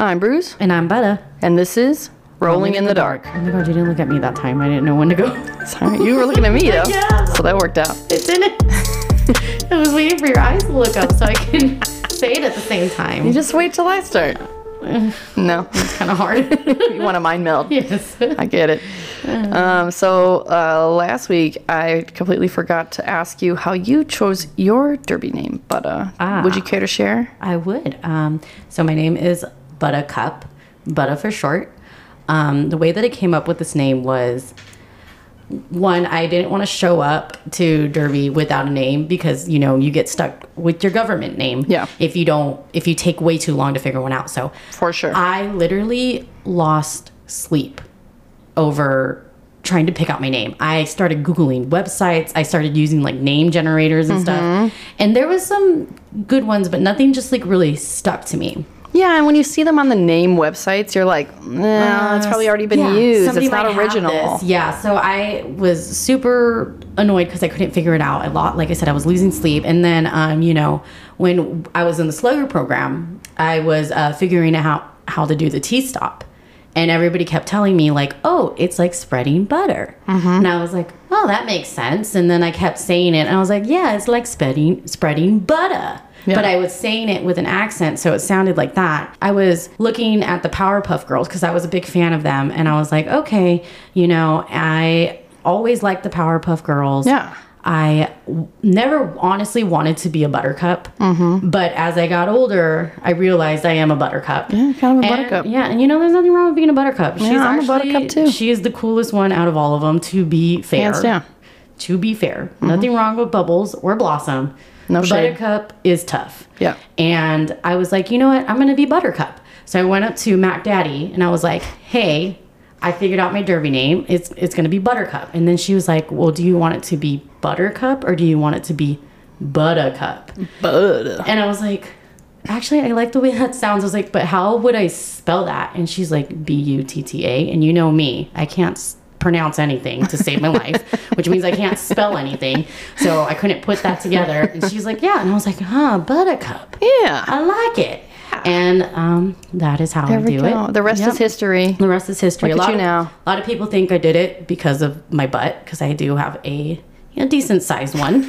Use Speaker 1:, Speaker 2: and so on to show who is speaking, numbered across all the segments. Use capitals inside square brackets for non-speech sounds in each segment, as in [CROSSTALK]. Speaker 1: I'm Bruce,
Speaker 2: And I'm Betta.
Speaker 1: and this is Rolling in the Dark.
Speaker 2: Oh my god, you didn't look at me that time. I didn't know when to go. [LAUGHS]
Speaker 1: Sorry, you were looking at me though, so that worked out. [LAUGHS]
Speaker 2: It's in it. I was waiting for your eyes to look up so I can [LAUGHS] say it at the same time.
Speaker 1: You
Speaker 2: It's
Speaker 1: just wait till I start. [LAUGHS] No,
Speaker 2: kind of hard.
Speaker 1: you
Speaker 2: [LAUGHS]
Speaker 1: want a mind meld.
Speaker 2: yes.
Speaker 1: I get it. Um, so uh, last week, I completely forgot to ask you how you chose your derby name, but uh, would you care to share?
Speaker 2: I would. Um, so my name is Butta Cup, Butta for short. Um, the way that it came up with this name was one, I didn't want to show up to Derby without a name because you know you get stuck with your government name
Speaker 1: Yeah.
Speaker 2: if you don't if you take way too long to figure one out. So
Speaker 1: For sure.
Speaker 2: I literally lost sleep over trying to pick out my name. I started Googling websites. I started using like name generators and
Speaker 1: Mm-hmm.
Speaker 2: stuff. And there was some good ones, but nothing just like really stuck to me.
Speaker 1: Yeah, and when you see them on the name websites, you're like, no, it's probably already been
Speaker 2: Yeah,
Speaker 1: used.
Speaker 2: somebody
Speaker 1: It's not
Speaker 2: might have
Speaker 1: original.
Speaker 2: this. Yeah, so I was super annoyed because I couldn't figure it out. A lot, like I said, I was losing sleep, and then um, you know, when I was in the Slugger program, I was uh, figuring out how, how to do the T stop, and everybody kept telling me like, "Oh, it's like spreading butter,"
Speaker 1: Mm-hmm.
Speaker 2: and I was like, "Oh, that makes sense." And then I kept saying it, and I was like, "Yeah, it's like spreading spreading butter."
Speaker 1: Yeah.
Speaker 2: But I was saying it with an accent, so it sounded like that. I was looking at the Powerpuff Girls because I was a big fan of them, and I was like, okay, you know, I always liked the Powerpuff Girls.
Speaker 1: Yeah.
Speaker 2: I w- never honestly wanted to be a buttercup,
Speaker 1: Mm-hmm.
Speaker 2: but as I got older, I realized I am a buttercup. Yeah,
Speaker 1: kind of a buttercup.
Speaker 2: Yeah, and you know, there's nothing wrong with being a buttercup. She's
Speaker 1: I'm a buttercup, too.
Speaker 2: She is the coolest one out of all of them. To be fair,
Speaker 1: Hands down. Mm-hmm.
Speaker 2: To be fair, nothing wrong with Bubbles or Blossom.
Speaker 1: No
Speaker 2: But
Speaker 1: shade.
Speaker 2: Buttercup is tough.
Speaker 1: Yeah.
Speaker 2: And I was like, you know what? I'm going to be Buttercup. So I went up to Mac Daddy and I was like, hey, I figured out my derby name. It's it's going to be Buttercup. And then she was like, well, do you want it to be Buttercup or do you want it to be Buttercup?
Speaker 1: But
Speaker 2: And I was like, actually, I like the way that sounds. I was like, but how would I spell that? And she's like, B U T T A. And you know me, I can't s- pronounce anything to save
Speaker 1: [LAUGHS]
Speaker 2: my life, which means I can't spell anything. So I couldn't put that together. And she's like, yeah. And I was like, huh, buttercup.
Speaker 1: yeah,
Speaker 2: I like it. And um, that is how
Speaker 1: there
Speaker 2: I
Speaker 1: we
Speaker 2: do
Speaker 1: go.
Speaker 2: it.
Speaker 1: The rest
Speaker 2: Yep.
Speaker 1: is history.
Speaker 2: The rest is history.
Speaker 1: Look
Speaker 2: a
Speaker 1: at
Speaker 2: lot
Speaker 1: you
Speaker 2: of,
Speaker 1: now.
Speaker 2: A lot of people think I did it because of my butt, because I do have a you know, decent sized one.
Speaker 1: [LAUGHS]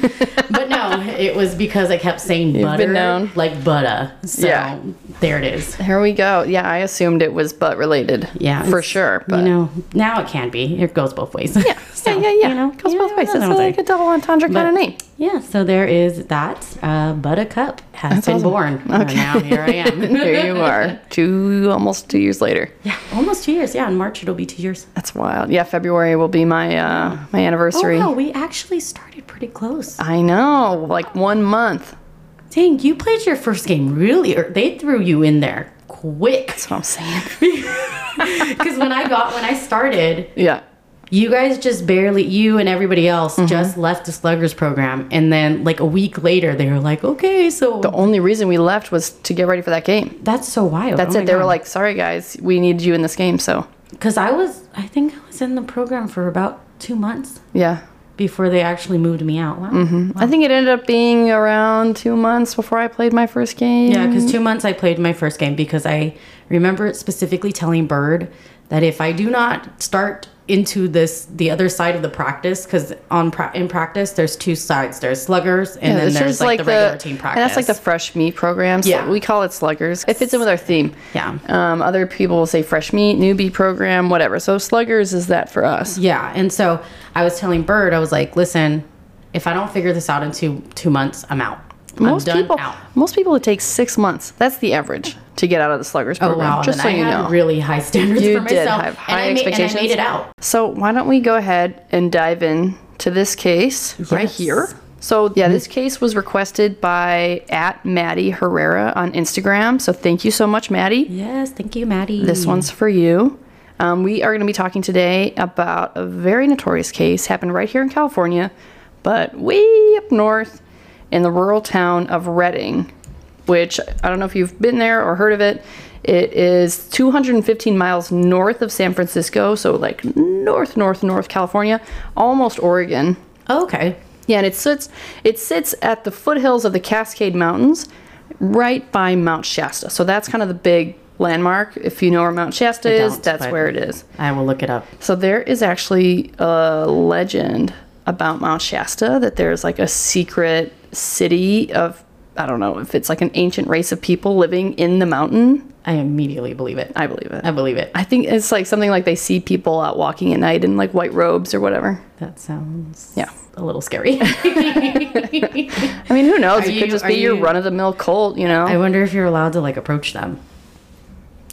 Speaker 2: but no, it was because I kept saying butter,
Speaker 1: been known.
Speaker 2: like butter. So
Speaker 1: Yeah.
Speaker 2: there it is.
Speaker 1: Here we go. Yeah, I assumed it was butt related.
Speaker 2: Yeah,
Speaker 1: for
Speaker 2: it's-
Speaker 1: sure. But
Speaker 2: you know, now it can be. It goes both ways. [LAUGHS] Yeah,
Speaker 1: yeah, yeah, yeah.
Speaker 2: You know,
Speaker 1: goes
Speaker 2: you
Speaker 1: both
Speaker 2: know,
Speaker 1: ways.
Speaker 2: that's
Speaker 1: It's
Speaker 2: what I'm
Speaker 1: like a
Speaker 2: saying.
Speaker 1: double entendre kind of
Speaker 2: But- [LAUGHS]
Speaker 1: name.
Speaker 2: Yeah, so there is that. Uh, Buttercup has been born. Okay. Now here I
Speaker 1: [LAUGHS]
Speaker 2: am.
Speaker 1: Here you are, two almost two years later.
Speaker 2: yeah, almost two years. Yeah, in March it'll be two years.
Speaker 1: That's wild. Yeah, February will be my uh, my anniversary.
Speaker 2: Oh, wow, we actually started pretty close.
Speaker 1: I know, like one month.
Speaker 2: Dang, you played your first game really early. They threw you in there
Speaker 1: [LAUGHS]
Speaker 2: quick.
Speaker 1: That's what I'm saying.
Speaker 2: Because when I got, when I started,
Speaker 1: yeah.
Speaker 2: you guys just barely, you and everybody else
Speaker 1: Mm-hmm.
Speaker 2: just left the Sluggers program. And then like a week later, they were like, okay, so
Speaker 1: The only reason we left was to get ready for that game.
Speaker 2: that's so wild. Oh
Speaker 1: That's it. They were like, "Sorry guys, we need you in this game." So,
Speaker 2: because I was, I think I was in the program for about two months
Speaker 1: yeah.
Speaker 2: before they actually moved me out.
Speaker 1: Mm-hmm.
Speaker 2: Wow.
Speaker 1: I think it ended up being around two months before I played my first game.
Speaker 2: Yeah, because two months I played my first game because I remember specifically telling Bird that if I do not start into this the other side of the practice because on pra- in practice there's two sides there's sluggers and then
Speaker 1: it's
Speaker 2: there's
Speaker 1: just
Speaker 2: like, the regular team practice
Speaker 1: And that's like the fresh meat program. So
Speaker 2: Yeah.
Speaker 1: we call it sluggers. It fits in with our theme.
Speaker 2: Yeah.
Speaker 1: Um, other people will say fresh meat, newbie program, whatever. So sluggers is that for us.
Speaker 2: yeah and so i was telling bird i was like listen if i don't figure this out in two two months i'm out
Speaker 1: Most
Speaker 2: i'm done
Speaker 1: people,
Speaker 2: out
Speaker 1: most people, it takes six months. That's the average to get out of the sluggers
Speaker 2: oh
Speaker 1: program.
Speaker 2: wow
Speaker 1: just so
Speaker 2: and i
Speaker 1: you
Speaker 2: had
Speaker 1: know.
Speaker 2: really high [LAUGHS] standards
Speaker 1: You
Speaker 2: for
Speaker 1: did
Speaker 2: myself
Speaker 1: have
Speaker 2: and,
Speaker 1: high
Speaker 2: I made, and i
Speaker 1: expectations.
Speaker 2: made it out
Speaker 1: So why don't we go ahead and dive in to this case right
Speaker 2: Yes. Mm-hmm.
Speaker 1: here? So yeah, this case was requested by at Maddie Herrera on Instagram. So thank you so much, Maddie.
Speaker 2: yes thank you maddie
Speaker 1: This one's for you. Um, we are going to be talking today about a very notorious case happened right here in California, but way up north in the rural town of Redding, which I don't know if you've been there or heard of it. It is 215 miles north of San Francisco, so like north, north, north California, almost Oregon.
Speaker 2: oh, okay
Speaker 1: Yeah, and it sits it sits at the foothills of the Cascade Mountains, right by Mount Shasta. So that's kind of the big landmark. If you know where Mount Shasta
Speaker 2: I
Speaker 1: is,
Speaker 2: don't,
Speaker 1: that's
Speaker 2: but-
Speaker 1: where it is.
Speaker 2: I will look it up.
Speaker 1: So there is actually a legend about Mount Shasta that there's like a secret city of I don't know if it's like an ancient race of people living in the mountain.
Speaker 2: I immediately believe it.
Speaker 1: I believe it.
Speaker 2: I believe it.
Speaker 1: I think it's like something like they see people out walking at night in like white robes or whatever.
Speaker 2: That sounds
Speaker 1: Yeah.
Speaker 2: a little [LAUGHS] scary.
Speaker 1: I mean, who knows?
Speaker 2: Are
Speaker 1: it
Speaker 2: you-
Speaker 1: could just
Speaker 2: are
Speaker 1: be your
Speaker 2: you-
Speaker 1: run of the mill cult, you know?
Speaker 2: I wonder if you're allowed to like approach them.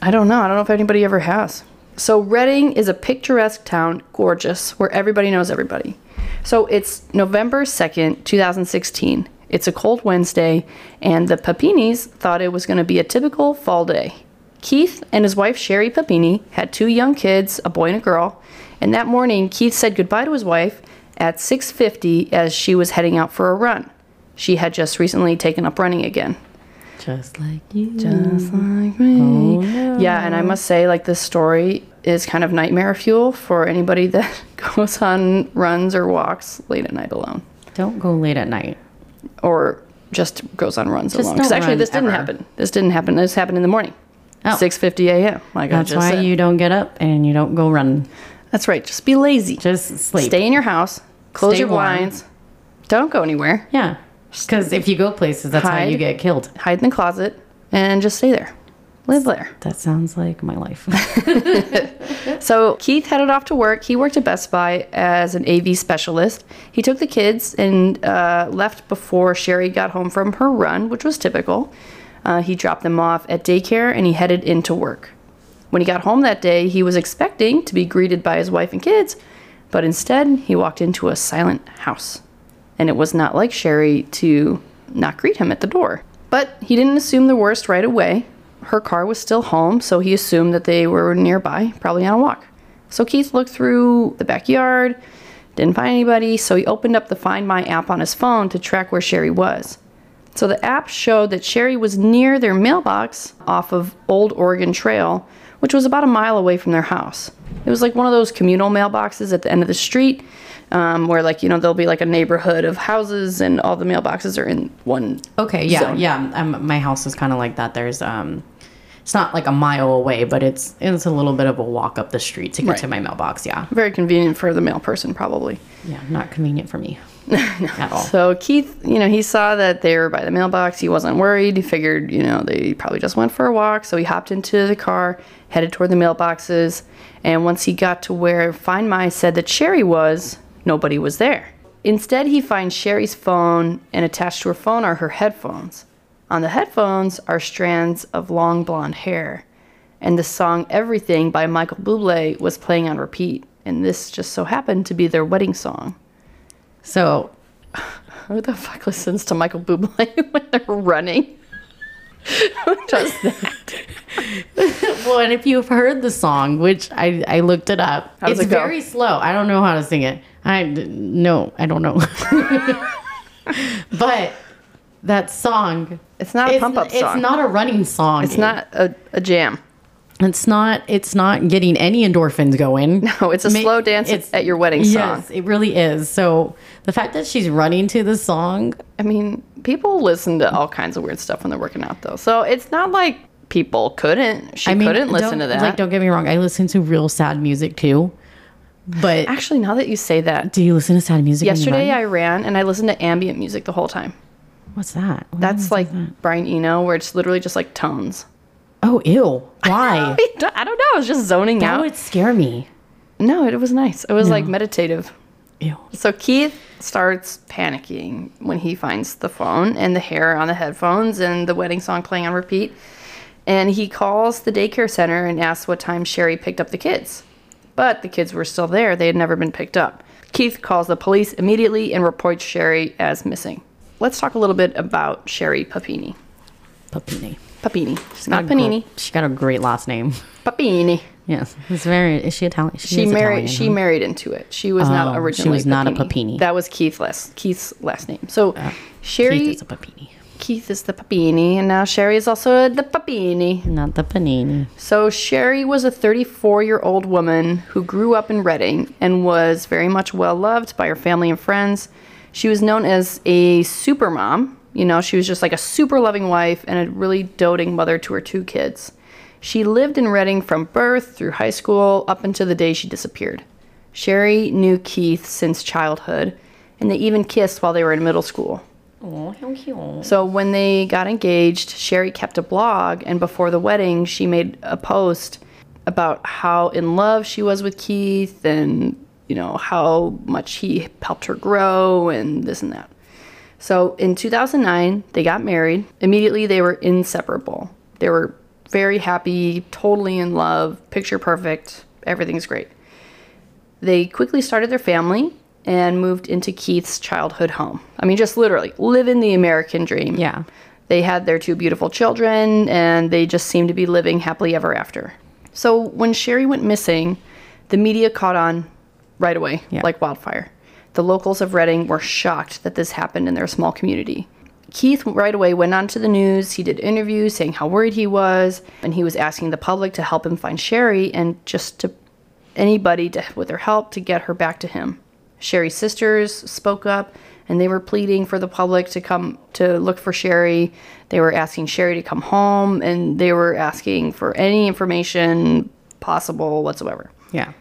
Speaker 1: I don't know. I don't know if anybody ever has. So Reading is a picturesque town, gorgeous, where everybody knows everybody. So it's November 2nd, 2016. It's a cold Wednesday, and the Papinis thought it was going to be a typical fall day. Keith and his wife Sherry Papini had two young kids, a boy and a girl, and that morning Keith said goodbye to his wife at 6:50 as she was heading out for a run. She had just recently taken up running again.
Speaker 2: Just like you.
Speaker 1: Just like me. Yeah, and I must say, like, this story is kind of nightmare fuel for anybody [LAUGHS] that goes on runs or walks late at night alone,
Speaker 2: Don't go late at night.
Speaker 1: or just goes on runs
Speaker 2: Just
Speaker 1: alone. Because
Speaker 2: don't
Speaker 1: actually,
Speaker 2: run
Speaker 1: this didn't
Speaker 2: ever.
Speaker 1: happen. This didn't happen. This happened in the morning,
Speaker 2: Oh.
Speaker 1: six fifty a.m. Like
Speaker 2: That's
Speaker 1: I just
Speaker 2: why
Speaker 1: said.
Speaker 2: you don't get up and you don't go run.
Speaker 1: That's right. Just be lazy.
Speaker 2: Just sleep.
Speaker 1: Stay in your house. Close
Speaker 2: Stay
Speaker 1: your
Speaker 2: warm.
Speaker 1: blinds. Don't go anywhere.
Speaker 2: Yeah. Because if you go places, that's how
Speaker 1: Hide.
Speaker 2: you get killed.
Speaker 1: Hide in the closet and just stay there. Live there.
Speaker 2: That sounds like my [LAUGHS] life.
Speaker 1: So Keith headed off to work. He worked at Best Buy as an AV specialist. He took the kids and uh, left before Sherry got home from her run, which was typical. Uh, he dropped them off at daycare and he headed into work. When he got home that day, he was expecting to be greeted by his wife and kids, but instead he walked into a silent house. And it was not like Sherry to not greet him at the door. But he didn't assume the worst right away. Her car was still home, so he assumed that they were nearby, probably on a walk. So Keith looked through the backyard, didn't find anybody, so he opened up the Find My app on his phone to track where Sherry was. So the app showed that Sherry was near their mailbox off of Old Oregon Trail, which was about a mile away from their house. It was like one of those communal mailboxes at the end of the street, um, where like you know there'll be like a neighborhood of houses and all the mailboxes are in one.
Speaker 2: Okay, yeah,
Speaker 1: zone.
Speaker 2: yeah. Um, my house is kind of like that. There's um, it's not like a mile away, but it's it's a little bit of a walk up the street to get to
Speaker 1: Right.
Speaker 2: my mailbox. Yeah,
Speaker 1: Very convenient for the mail person, probably.
Speaker 2: yeah, not convenient
Speaker 1: [LAUGHS]
Speaker 2: for me at all.
Speaker 1: So Keith, you know, he saw that they were by the mailbox. He wasn't worried. He figured, you know, they probably just went for a walk. So he hopped into the car, headed toward the mailboxes, and once he got to where Find My said that Sherry was, nobody was there. Instead, he finds Sherry's phone, and attached to her phone are her headphones. On the headphones are strands of long blonde hair, and the song Everything by Michael Bublé was playing on repeat. And this just so happened to be their wedding song.
Speaker 2: So
Speaker 1: Who the fuck listens to Michael Bublé [LAUGHS] when they're running? Who does that?
Speaker 2: well, and if you've heard the song, which I I looked it up,
Speaker 1: does
Speaker 2: it's
Speaker 1: it go?
Speaker 2: very slow. I don't know how to sing it. I no, I don't know. [LAUGHS] but that song,
Speaker 1: It's not a pump up song.
Speaker 2: It's not a running song.
Speaker 1: It's not a, a jam.
Speaker 2: It's not. It's not getting any endorphins going.
Speaker 1: No, Oh, it's a
Speaker 2: Ma-
Speaker 1: slow dance
Speaker 2: it's-
Speaker 1: at your wedding song.
Speaker 2: Yes, it really is. So the fact that she's running to the song,
Speaker 1: I mean, people listen to all kinds of weird stuff when they're working out, though. So it's not like people couldn't. She
Speaker 2: I mean,
Speaker 1: couldn't listen
Speaker 2: don't-
Speaker 1: to that.
Speaker 2: Like, don't get me wrong. I listen to real sad music too, but
Speaker 1: Actually, now that you say that,
Speaker 2: do you listen to sad music? when you
Speaker 1: yesterday
Speaker 2: run?
Speaker 1: I ran and I listened to ambient music the whole time.
Speaker 2: what's that? What
Speaker 1: That's
Speaker 2: is
Speaker 1: like
Speaker 2: that?
Speaker 1: Brian Eno, where it's literally just like tones.
Speaker 2: oh ew,
Speaker 1: [LAUGHS]
Speaker 2: why?
Speaker 1: I don't know. I was just zoning
Speaker 2: that
Speaker 1: out.
Speaker 2: would scare me.
Speaker 1: no, it was nice. It was like meditative.
Speaker 2: Ew.
Speaker 1: So Keith starts panicking when he finds the phone and the hair on the headphones and the wedding song playing on repeat. And he calls the daycare center and asks what time Sherry picked up the kids. But the kids were still there, they had never been picked up. Keith calls the police immediately and reports Sherry as missing. Let's talk a little bit about Sherry Papini.
Speaker 2: Papini.
Speaker 1: Papini. She's not
Speaker 2: Got a gr-
Speaker 1: Panini.
Speaker 2: She got a great last name. [LAUGHS]
Speaker 1: Papini.
Speaker 2: Yes, it's very. Is she Italian?
Speaker 1: She
Speaker 2: is
Speaker 1: married.
Speaker 2: Italian,
Speaker 1: She
Speaker 2: huh?
Speaker 1: married into it. She was
Speaker 2: Oh,
Speaker 1: not
Speaker 2: she
Speaker 1: originally.
Speaker 2: was not a Papini. Uh,
Speaker 1: That was Keith last Keith's last name. So Sherry
Speaker 2: Keith is a papini,
Speaker 1: Keith is the Papini, and now Sherry is also the Papini.
Speaker 2: not the panini.
Speaker 1: So, Sherry was a 34 year old woman who grew up in Reading and was very much well loved by her family and friends. She was known as a super mom. You know, she was just like a super loving wife and a really doting mother to her two kids. She lived in Reading from birth through high school up until the day she disappeared. Sherry knew Keith since childhood, and they even kissed while they were in middle school.
Speaker 2: Oh, how cute.
Speaker 1: So when they got engaged, Sherry kept a blog, and before the wedding, she made a post about how in love she was with Keith and, you know, how much he helped her grow and this and that. So in 2009, they got married. Immediately, they were inseparable. They were very happy, totally in love, picture perfect, everything's great. They quickly started their family and moved into Keith's childhood home. I mean, just literally living the American dream.
Speaker 2: Yeah.
Speaker 1: They had their two beautiful children and they just seemed to be living happily ever after. So when Sherry went missing, the media caught on right away
Speaker 2: Yeah.
Speaker 1: like wildfire. The locals of Reading were shocked that this happened in their small community. Keith right away went onto the news. He did interviews saying how worried he was, and he was asking the public to help him find Sherry and just to anybody to, with their help to get her back to him. Sherry's sisters spoke up and they were pleading for the public to come to look for Sherry. They were asking Sherry to come home and they were asking for any information possible whatsoever.
Speaker 2: Yeah.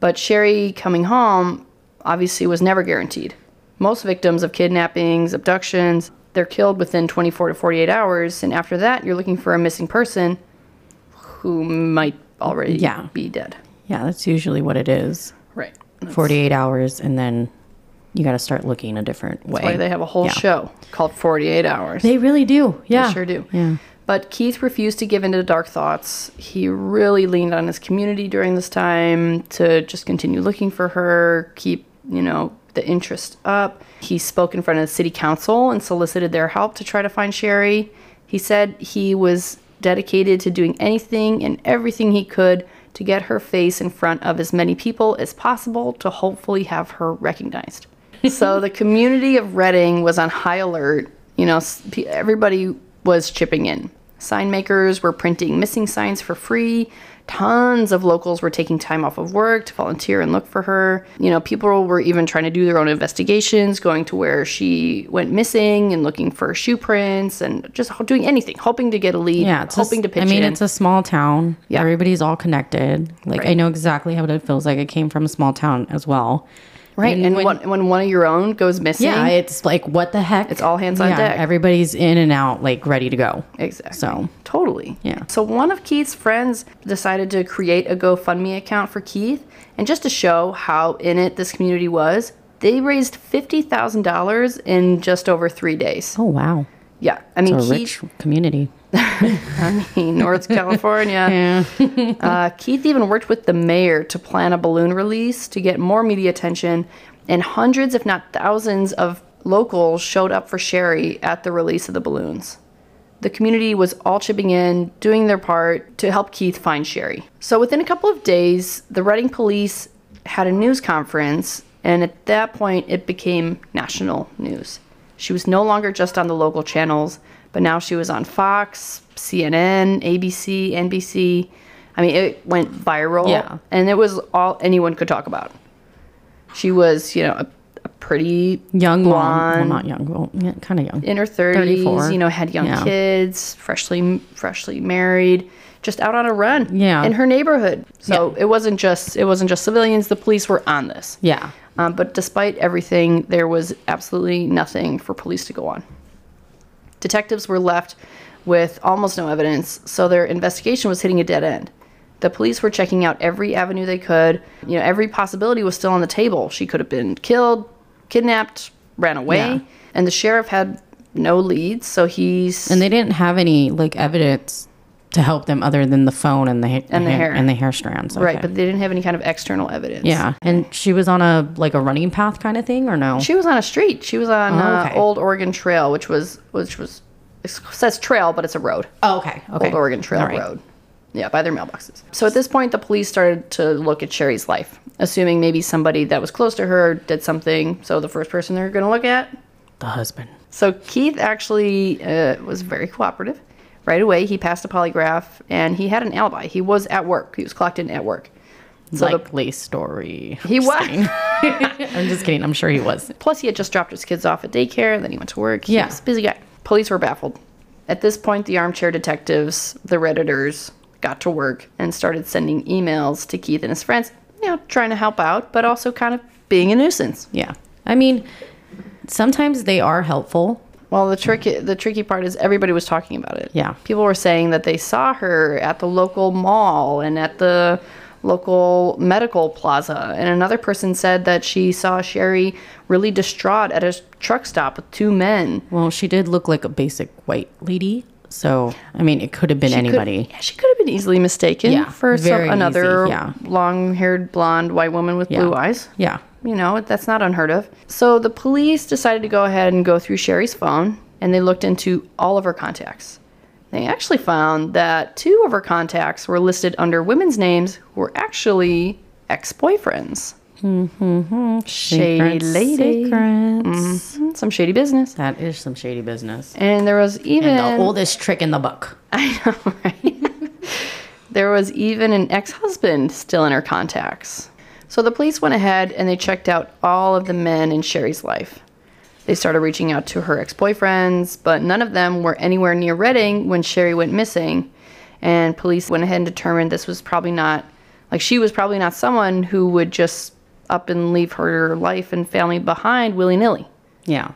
Speaker 1: But Sherry coming home obviously was never guaranteed. Most victims of kidnappings, abductions, they're killed within 24 to 48 hours, and after that, you're looking for a missing person who might already
Speaker 2: Yeah.
Speaker 1: be dead.
Speaker 2: Yeah, that's usually what it is.
Speaker 1: Right.
Speaker 2: 48 hours, and then you got to start looking a different way.
Speaker 1: That's why they have a whole
Speaker 2: Yeah.
Speaker 1: show called 48 Hours.
Speaker 2: They really do. Yeah.
Speaker 1: sure do.
Speaker 2: Yeah.
Speaker 1: But Keith refused to give in to dark thoughts. He really leaned on his community during this time to just continue looking for her, keep, you know, the interest up. He spoke in front of the city council and solicited their help to try to find Sherry. He said he was dedicated to doing anything and everything he could to get her face in front of as many people as possible to hopefully have her recognized.
Speaker 2: [LAUGHS]
Speaker 1: so the community of Reading was on high alert. You know, s- pe- everybody was chipping in. Sign makers were printing missing signs for free. Tons of locals were taking time off of work to volunteer and look for her. You know, people were even trying to do their own investigations, going to where she went missing and looking for shoe prints and just ho- doing anything, hoping to get a lead,
Speaker 2: Yeah, it's a s-
Speaker 1: hoping to pitch
Speaker 2: I mean,
Speaker 1: in.
Speaker 2: it's a small town.
Speaker 1: Yeah.
Speaker 2: Everybody's all connected. Like I
Speaker 1: Right.
Speaker 2: know exactly how it feels like. I came from a small town as well.
Speaker 1: right. And, when, when, one of your own goes missing,
Speaker 2: Yeah, it's like what the heck?
Speaker 1: It's all hands on
Speaker 2: Yeah,
Speaker 1: deck.
Speaker 2: Everybody's in and out, like ready to go.
Speaker 1: exactly.
Speaker 2: So
Speaker 1: Totally.
Speaker 2: Yeah.
Speaker 1: So one of Keith's friends decided to create a GoFundMe account for Keith, and just to show how in it this community was, they raised fifty thousand dollars in just over three days.
Speaker 2: Oh wow.
Speaker 1: Yeah, I mean,
Speaker 2: A
Speaker 1: Keith,
Speaker 2: rich community.
Speaker 1: I mean,
Speaker 2: [LAUGHS]
Speaker 1: North California.
Speaker 2: Yeah.
Speaker 1: uh, Keith even worked with the mayor to plan a balloon release to get more media attention, and hundreds, if not thousands, of locals showed up for Sherry at the release of the balloons. The community was all chipping in, doing their part to help Keith find Sherry. So within a couple of days, the Reading police had a news conference, and at that point, it became national news. She was no longer just on the local channels, but now she was on Fox, CNN, ABC, NBC. I mean, it went viral,
Speaker 2: Yeah.
Speaker 1: and it was all anyone could talk about. She was, you know, a, a pretty
Speaker 2: Young
Speaker 1: Blonde.
Speaker 2: mom. Well, not young. Well, yeah, kind of young.
Speaker 1: in her 30s
Speaker 2: 34.
Speaker 1: you know had young
Speaker 2: Yeah.
Speaker 1: kids freshly freshly married just out on a run
Speaker 2: Yeah.
Speaker 1: in her neighborhood so it wasn't just it wasn't just civilians the police were on this
Speaker 2: yeah.
Speaker 1: um, but despite everything there was absolutely nothing for police to go on detectives were left with almost no evidence so their investigation was hitting a dead end the police were checking out every avenue they could you know every possibility was still on the table she could have been killed kidnapped ran away
Speaker 2: Yeah.
Speaker 1: and the sheriff had no leads so he's
Speaker 2: And they didn't have any like evidence to help them other than the phone and the ha-
Speaker 1: And the
Speaker 2: ha-
Speaker 1: hair.
Speaker 2: and the hair strands.
Speaker 1: right
Speaker 2: Okay.
Speaker 1: but they didn't have any kind of external evidence
Speaker 2: yeah, and she was on a like a running path kind of thing, or no?
Speaker 1: she was on a street she was on
Speaker 2: Oh, okay.
Speaker 1: uh, old oregon trail which was which was it says trail but it's a road
Speaker 2: oh, okay. Okay.
Speaker 1: Old Oregon Trail
Speaker 2: All right.
Speaker 1: Road. Yeah, by their mailboxes. So at this point, the police started to look at Sherry's life, assuming maybe somebody that was close to her did something. So the first person they're going to look at.
Speaker 2: The husband.
Speaker 1: So Keith actually uh, was very cooperative. Right away, he passed a polygraph and he had an alibi. He was at work. He was clocked in at work. So the-
Speaker 2: Likely story.
Speaker 1: he was.
Speaker 2: [LAUGHS] I'm just kidding. I'm sure he was.
Speaker 1: Plus, he had just dropped his kids off at daycare, then he went to work. He
Speaker 2: Yeah.
Speaker 1: was a busy guy. Police were baffled. At this point, the armchair detectives, the Redditors, got to work and started sending emails to Keith and his friends, you know, trying to help out, but also kind of being a nuisance.
Speaker 2: Yeah. I mean, sometimes they are helpful.
Speaker 1: Well, the tricky the tricky part is everybody was talking about it.
Speaker 2: Yeah.
Speaker 1: people were saying that they saw her at the local mall and at the local medical plaza, and another person said that she saw Sherry really distraught at a truck stop with two men.
Speaker 2: Well, she did look like a basic white lady. So, I mean, it could have been
Speaker 1: She could-
Speaker 2: anybody.
Speaker 1: yeah, she could have been easily mistaken
Speaker 2: Yeah,
Speaker 1: for some,
Speaker 2: very
Speaker 1: another
Speaker 2: easy, yeah.
Speaker 1: long-haired blonde white woman with blue eyes.
Speaker 2: Yeah.
Speaker 1: You know, that's not unheard of. So the police decided to go ahead and go through Sherry's phone and they looked into all of her contacts. They actually found that two of her contacts were listed under women's names who were actually ex boyfriends. Shady
Speaker 2: Mm-hmm. Secrets,
Speaker 1: lady. Mm-hmm.
Speaker 2: secrets.
Speaker 1: Some shady business.
Speaker 2: That is some shady business.
Speaker 1: And there was even
Speaker 2: And the oldest trick in the book.
Speaker 1: [LAUGHS] There was even an ex husband still in her contacts. So the police went ahead and they checked out all of the men in Sherry's life. They started reaching out to her ex boyfriends, but none of them were anywhere near Reading when Sherry went missing. And police went ahead and determined this was probably not, like, she was probably not someone who would just up and leave her life and family behind willy nilly.
Speaker 2: Yeah.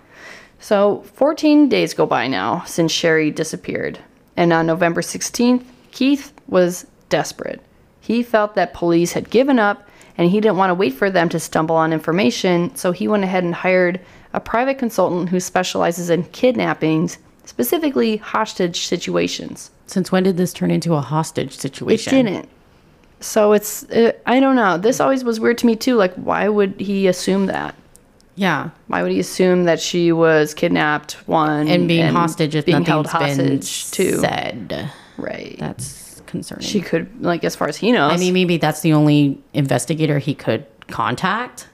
Speaker 1: So, 14 days go by now since Sherry disappeared. And on November 16th, Keith was desperate. He felt that police had given up and he didn't want to wait for them to stumble on information, so he went ahead and hired a private consultant who specializes in kidnappings, specifically hostage situations.
Speaker 2: Since when did this turn into a hostage
Speaker 1: It
Speaker 2: situation?
Speaker 1: didn't. So it's, uh, I don't know. This always was weird to me too. Like, why would he assume that?
Speaker 2: Yeah.
Speaker 1: Why would he assume that she was kidnapped? One
Speaker 2: And being hostage if
Speaker 1: being
Speaker 2: nothing's
Speaker 1: held
Speaker 2: been
Speaker 1: hostage too.
Speaker 2: said.
Speaker 1: Right.
Speaker 2: That's concerning.
Speaker 1: she could like as far as he knows.
Speaker 2: I mean, maybe that's the only investigator he could contact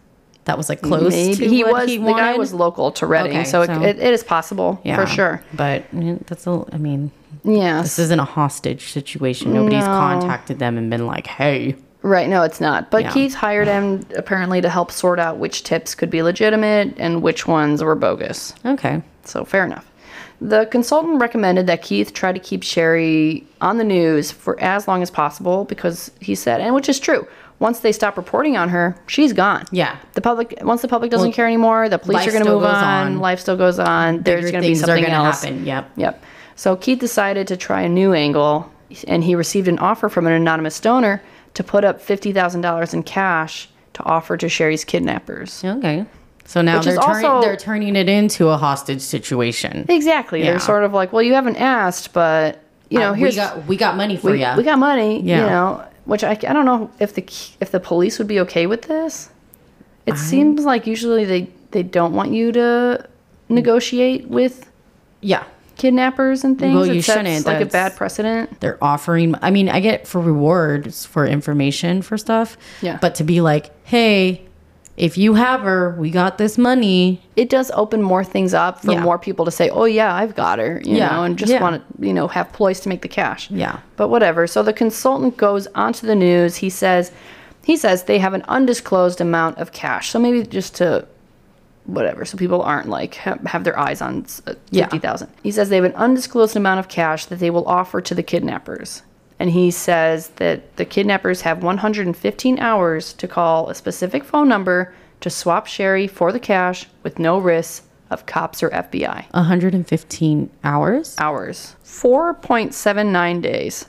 Speaker 2: that was like close to
Speaker 1: he
Speaker 2: what
Speaker 1: was
Speaker 2: he
Speaker 1: the
Speaker 2: wanted.
Speaker 1: guy was local to Reading,
Speaker 2: Okay,
Speaker 1: so, it,
Speaker 2: so-
Speaker 1: It, it is possible
Speaker 2: Yeah.
Speaker 1: for sure.
Speaker 2: But mm, that's a, I mean,
Speaker 1: Yeah.
Speaker 2: this isn't a hostage situation. Nobody's
Speaker 1: No.
Speaker 2: contacted them and been like, hey,
Speaker 1: Right. No, it's not. But
Speaker 2: Yeah.
Speaker 1: Keith hired him apparently to help sort out which tips could be legitimate and which ones were bogus.
Speaker 2: okay.
Speaker 1: So fair enough. The consultant recommended that Keith try to keep Sherry on the news for as long as possible because he said, and which is true, once they stop reporting on her, she's gone.
Speaker 2: Yeah.
Speaker 1: The public, once the public doesn't care anymore, the police
Speaker 2: life
Speaker 1: are going to
Speaker 2: still
Speaker 1: move
Speaker 2: goes
Speaker 1: on,
Speaker 2: on.
Speaker 1: Life still goes on. There's
Speaker 2: Bigger
Speaker 1: going to be
Speaker 2: things are
Speaker 1: something
Speaker 2: gonna
Speaker 1: else.
Speaker 2: happen, Yep.
Speaker 1: Yep. So Keith decided to try a new angle, and he received an offer from an anonymous donor to put up fifty thousand dollars in cash to offer to Sherry's kidnappers.
Speaker 2: Okay. So now
Speaker 1: Which
Speaker 2: they're,
Speaker 1: is
Speaker 2: turning
Speaker 1: also-
Speaker 2: they're turning it into a hostage situation.
Speaker 1: Exactly.
Speaker 2: Yeah.
Speaker 1: They're sort of like, well, you haven't asked, but you know,
Speaker 2: Uh,
Speaker 1: here's
Speaker 2: we got we got money for
Speaker 1: we,
Speaker 2: you.
Speaker 1: we got money. You
Speaker 2: Yeah.
Speaker 1: know, which I, I don't know if the if the police would be okay with this. It seems like usually they they don't want you to negotiate with
Speaker 2: yeah.
Speaker 1: kidnappers and things.
Speaker 2: Well, you
Speaker 1: It sets,
Speaker 2: shouldn't.
Speaker 1: Like a
Speaker 2: That's-
Speaker 1: bad precedent.
Speaker 2: They're offering I mean, I get for rewards for information for stuff.
Speaker 1: Yeah.
Speaker 2: But to be like, hey, if you have her, we got this money.
Speaker 1: It does open more things up for
Speaker 2: Yeah.
Speaker 1: more people to say, "Oh yeah, I've got her," you
Speaker 2: Yeah,
Speaker 1: know, and just
Speaker 2: yeah.
Speaker 1: want to you know have ploys to make the cash.
Speaker 2: Yeah.
Speaker 1: But whatever. So the consultant goes onto the news. He says, he says they have an undisclosed amount of cash. So maybe just to whatever, so people aren't like have, have their eyes on s- uh,
Speaker 2: Yeah.
Speaker 1: fifty thousand. He says they have an undisclosed amount of cash that they will offer to the kidnappers. And he says that the kidnappers have 115 hours to call a specific phone number to swap Sherry for the cash with no risk of cops or FBI.
Speaker 2: 115 hours.
Speaker 1: Hours. 4.79 days.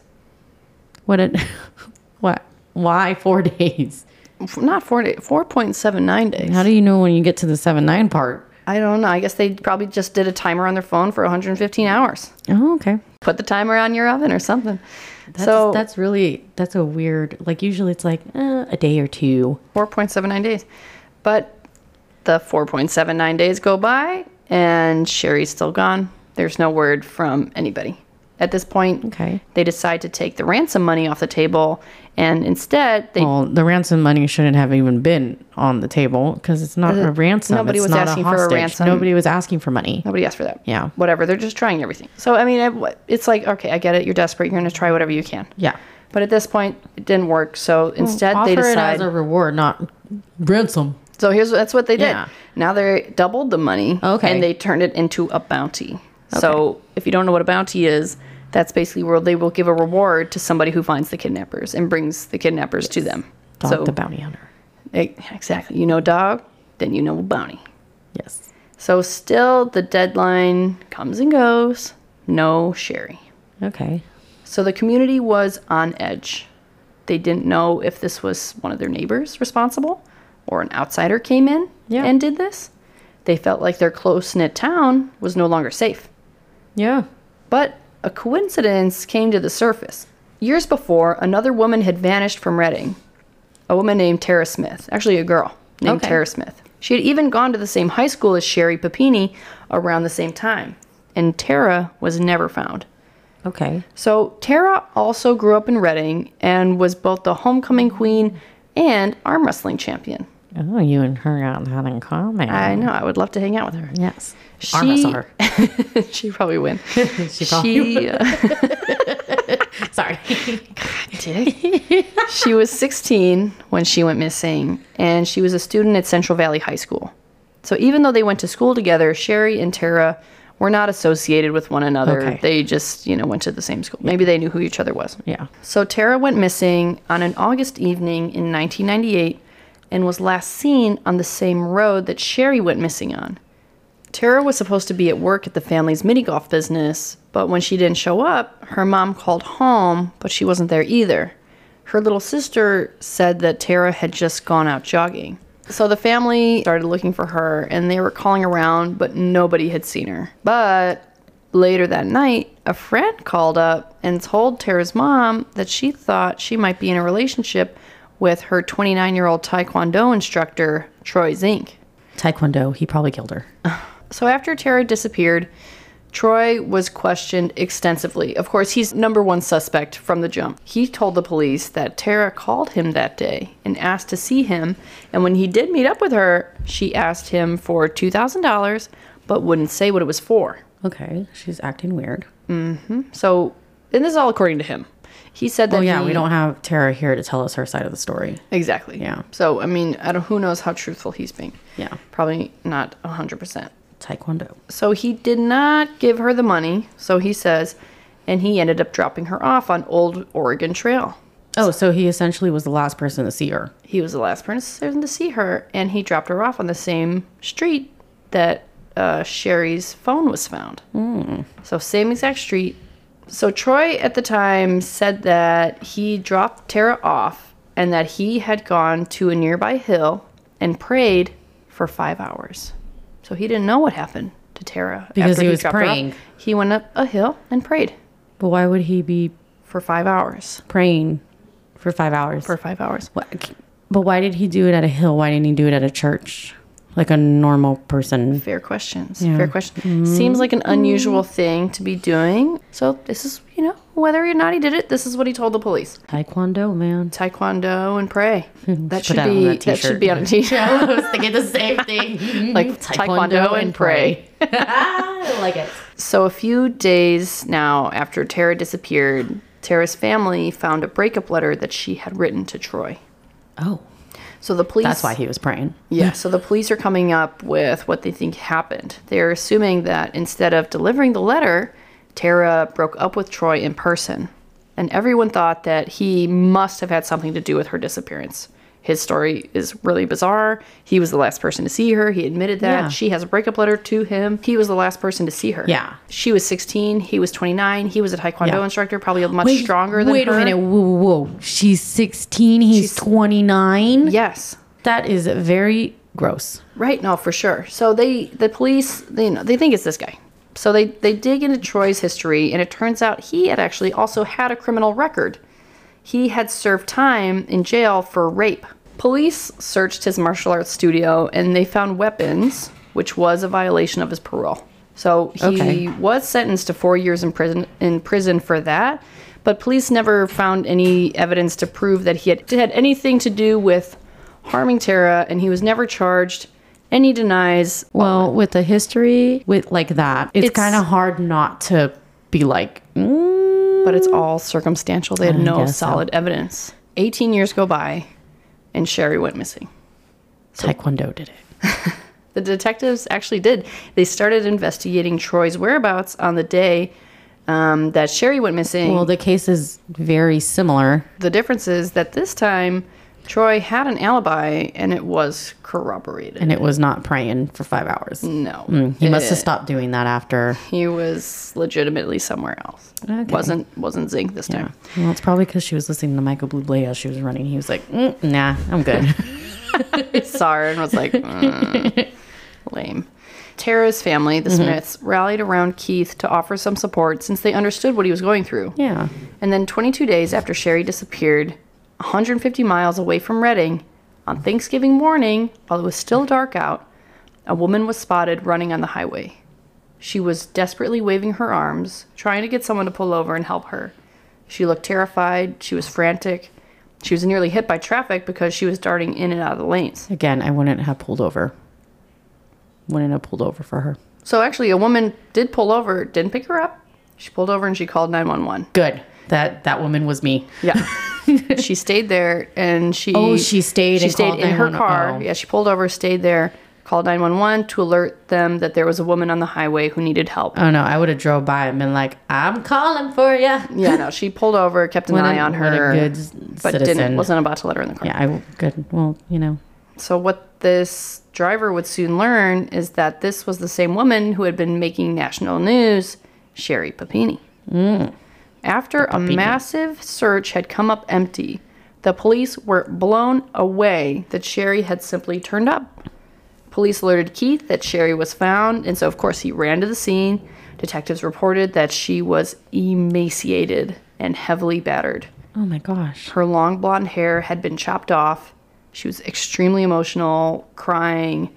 Speaker 2: What it [LAUGHS] what why four [LAUGHS] days?
Speaker 1: F- not 40, 4.79 days.
Speaker 2: How do you know when you get to the seven nine part?
Speaker 1: I don't know. I guess they probably just did a timer on their phone for 115 hours.
Speaker 2: Oh, okay.
Speaker 1: Put the timer on your oven or something.
Speaker 2: That's,
Speaker 1: so that's
Speaker 2: that's really that's a weird like usually it's like uh, a day or two.
Speaker 1: 4.79 days. But the 4.79 days go by and Sherry's still gone. There's no word from anybody. At this point,
Speaker 2: Okay.
Speaker 1: they decide to take the ransom money off the table and instead they
Speaker 2: Well, the ransom money shouldn't have even been on the table because it's not a ransom.
Speaker 1: Uh, nobody
Speaker 2: It's
Speaker 1: was
Speaker 2: not
Speaker 1: asking for a
Speaker 2: hostage.
Speaker 1: ransom.
Speaker 2: Nobody was asking for money.
Speaker 1: Nobody asked for that.
Speaker 2: Yeah.
Speaker 1: Whatever. They're just trying everything. So, I mean, I, it's like, okay, I get it. You're desperate. You're going to try whatever you can.
Speaker 2: Yeah.
Speaker 1: But at this point, it didn't work. So instead,
Speaker 2: Offer
Speaker 1: they
Speaker 2: it as
Speaker 1: decide.
Speaker 2: a reward, not ransom.
Speaker 1: so here's that's what they did.
Speaker 2: Yeah.
Speaker 1: Now they doubled the money.
Speaker 2: Okay.
Speaker 1: And they turned it into a bounty. So if you don't know what a bounty is, that's basically where they will give a reward to somebody who finds the kidnappers and brings the kidnappers to them.
Speaker 2: Dog
Speaker 1: so
Speaker 2: the bounty hunter.
Speaker 1: e- exactly, you know dog, then you know bounty.
Speaker 2: Yes.
Speaker 1: So still, the deadline comes and goes. No Sherry.
Speaker 2: Okay.
Speaker 1: So the community was on edge. They didn't know if this was one of their neighbors responsible or an outsider came in
Speaker 2: Yeah.
Speaker 1: and did this. They felt like their close knit town was no longer safe.
Speaker 2: Yeah.
Speaker 1: But a coincidence came to the surface. Years before, another woman had vanished from Reading. A woman named Tara Smith, actually a girl named
Speaker 2: Okay.
Speaker 1: Tara Smith. She had even gone to the same high school as Sherry Papini around the same time, and Tara was never found.
Speaker 2: Okay.
Speaker 1: So Tara also grew up in Reading and was both the homecoming queen and arm wrestling champion.
Speaker 2: Oh, you and her got that in common.
Speaker 1: I know, I would love to hang out with her.
Speaker 2: [LAUGHS] yes.
Speaker 1: She-
Speaker 2: Mm-hmm. Arm wrestle her.
Speaker 1: [LAUGHS] she probably win.
Speaker 2: [LAUGHS] She
Speaker 1: She,
Speaker 2: [LAUGHS]
Speaker 1: uh,
Speaker 2: Sorry.
Speaker 1: [LAUGHS] she was 16 when she went missing, and she was a student at Central Valley High School. So even though they went to school together, Sherry and Tara were not associated with one another.
Speaker 2: Okay.
Speaker 1: They just, you know, went to the same school. Maybe they knew who each other was.
Speaker 2: yeah.
Speaker 1: So Tara went missing on an August evening in 1998 and was last seen on the same road that Sherry went missing on. Tara was supposed to be at work at the family's mini golf business, but when she didn't show up, her mom called home, but she wasn't there either. Her little sister said that Tara had just gone out jogging. So the family started looking for her and they were calling around, but nobody had seen her. But later that night, a friend called up and told Tara's mom that she thought she might be in a relationship with her 29 year old Taekwondo instructor, Troy Zink.
Speaker 2: Taekwondo. He probably killed her.
Speaker 1: So after Tara disappeared, Troy was questioned extensively. Of course, he's number one suspect from the jump. He told the police that Tara called him that day and asked to see him, and when he did meet up with her, she asked him for $2,000 but wouldn't say what it was for.
Speaker 2: Okay. She's acting weird.
Speaker 1: So, and this is all according to him. He said that
Speaker 2: Oh yeah.
Speaker 1: he-
Speaker 2: We don't have Tara here to tell us her side of the story.
Speaker 1: Exactly.
Speaker 2: Yeah.
Speaker 1: So, I mean, I don't who knows how truthful he's being.
Speaker 2: Yeah.
Speaker 1: Probably not 100%.
Speaker 2: Taekwondo.
Speaker 1: So he did not give her the money, so he says, and he ended up dropping her off on Old Oregon Trail.
Speaker 2: Oh, so he essentially was the last person to see her.
Speaker 1: He was the last person to see her, and he dropped her off on the same street that uh, Sherry's phone was found.
Speaker 2: Hmm.
Speaker 1: So, same exact street. So, Troy at the time said that he dropped Tara off and that he had gone to a nearby hill and prayed for five hours. So, he didn't know what happened to Tara
Speaker 2: Because he was
Speaker 1: dropped her off.
Speaker 2: praying.
Speaker 1: He went up a hill and prayed
Speaker 2: But why would he be
Speaker 1: for five hours.
Speaker 2: praying for five hours?
Speaker 1: For five hours.
Speaker 2: What- But why did he do it at a hill? Why didn't he do it at a church? Like a normal person.
Speaker 1: Fair questions.
Speaker 2: Yeah. Mm.
Speaker 1: Fair question. Seems like an unusual thing to be doing. So this is, you know, whether or not he did it, this is what he told the police.
Speaker 2: Taekwondo, man.
Speaker 1: Taekwondo and
Speaker 2: [LAUGHS]
Speaker 1: pray. That should
Speaker 2: put that on
Speaker 1: be
Speaker 2: that
Speaker 1: that, should
Speaker 2: t-shirt.
Speaker 1: be on a t-shirt. [LAUGHS]
Speaker 2: [LAUGHS] I was thinking the same [LAUGHS] thing.
Speaker 1: like Taekwondo, and pray.
Speaker 2: [LAUGHS] I like it.
Speaker 1: So a few days now after Tara disappeared, Tara's family found a breakup letter that she had written to Troy.
Speaker 2: Oh,
Speaker 1: So the police
Speaker 2: that's why he was praying.
Speaker 1: Yeah, so the police are coming up with what they think happened. They're assuming that instead of delivering the letter, Tara broke up with Troy in person. And everyone thought that he must have had something to do with her disappearance. His story is really bizarre. He was the last person to see her. He admitted that.
Speaker 2: Yeah.
Speaker 1: She has a breakup letter to him. He was the last person to see her.
Speaker 2: Yeah.
Speaker 1: She was 16. He was 29. He was a Taekwondo
Speaker 2: Yeah.
Speaker 1: instructor, probably much stronger than
Speaker 2: wait
Speaker 1: her.
Speaker 2: a minute. Whoa, whoa, whoa. She's 16. He's 29.
Speaker 1: Yes.
Speaker 2: That is very gross.
Speaker 1: Right, no, for sure. So they, the police, they, you know, they think it's this guy. So they, they dig into Troy's history, and it turns out he had actually also had a criminal record. He had served time in jail for rape. Police searched his martial arts studio, and they found weapons, which was a violation of his parole. So he
Speaker 2: Okay.
Speaker 1: was sentenced to four years in prison in prison for that, but police never found any evidence to prove that he had had anything to do with harming Tara, and he was never charged. And he denies.
Speaker 2: Well, with the history with like that, it's,
Speaker 1: It's-
Speaker 2: kind of hard not to be like, mm,
Speaker 1: but it's all circumstantial. They had no
Speaker 2: guess so.
Speaker 1: solid evidence. 18 years go by, and Sherry went missing.
Speaker 2: Taekwondo did it.
Speaker 1: The detectives actually did. They started investigating Troy's whereabouts on the day um, that Sherry went missing.
Speaker 2: Well, the case is very similar.
Speaker 1: the difference is that this time Troy had an alibi and it was corroborated.
Speaker 2: And it was not praying for five hours.
Speaker 1: no.
Speaker 2: He must have
Speaker 1: It-
Speaker 2: stopped doing that after.
Speaker 1: He was legitimately somewhere else.
Speaker 2: Okay.
Speaker 1: Wasn't wasn't zinc this time.
Speaker 2: Well, it's probably because she was listening to Michael Bublé as she was running. He was like, "Mm, "Nah, I'm good."
Speaker 1: [LAUGHS]
Speaker 2: [LAUGHS]
Speaker 1: saw her and was like, "Mm, lame. Tara's family,
Speaker 2: Mm-hmm.
Speaker 1: the Smiths, rallied around Keith to offer some support since they understood what he was going through.
Speaker 2: yeah.
Speaker 1: And then 22 days after Sherry disappeared, 150 miles away from Reading, on Thanksgiving morning, while it was still dark out, a woman was spotted running on the highway. She was desperately waving her arms, trying to get someone to pull over and help her. She looked terrified, she was frantic. She was nearly hit by traffic because she was darting in and out of the lanes.
Speaker 2: Again, I wouldn't have pulled over. Wouldn't have pulled over for her.
Speaker 1: So actually, a woman did pull over, didn't pick her up. She pulled over and she called 911.
Speaker 2: Good. That that woman was me.
Speaker 1: Yeah. [LAUGHS] she stayed there and she.
Speaker 2: Oh, she stayed
Speaker 1: She
Speaker 2: and
Speaker 1: stayed
Speaker 2: called
Speaker 1: in her
Speaker 2: 911.
Speaker 1: car.
Speaker 2: Oh.
Speaker 1: Yeah, she pulled over, stayed there, called 911 to alert them that there was a woman on the highway who needed help.
Speaker 2: Oh no, I would have drove by and been like, "I'm calling for you."
Speaker 1: yeah, no, she pulled over, kept an
Speaker 2: What a-
Speaker 1: eye on
Speaker 2: what a
Speaker 1: her.
Speaker 2: good
Speaker 1: but didn't
Speaker 2: citizen.
Speaker 1: wasn't about to let her in the car.
Speaker 2: Yeah, I good. Well, you know,
Speaker 1: So what this driver would soon learn is that this was the same woman who had been making national news, Sherry Papini. After a massive search had come up empty, the police were blown away that Sherry had simply turned up. Police alerted Keith that Sherry was found, and so of course he ran to the scene. Detectives reported that she was emaciated and heavily battered.
Speaker 2: oh my gosh,
Speaker 1: Her long blonde hair had been chopped off. She was extremely emotional, crying,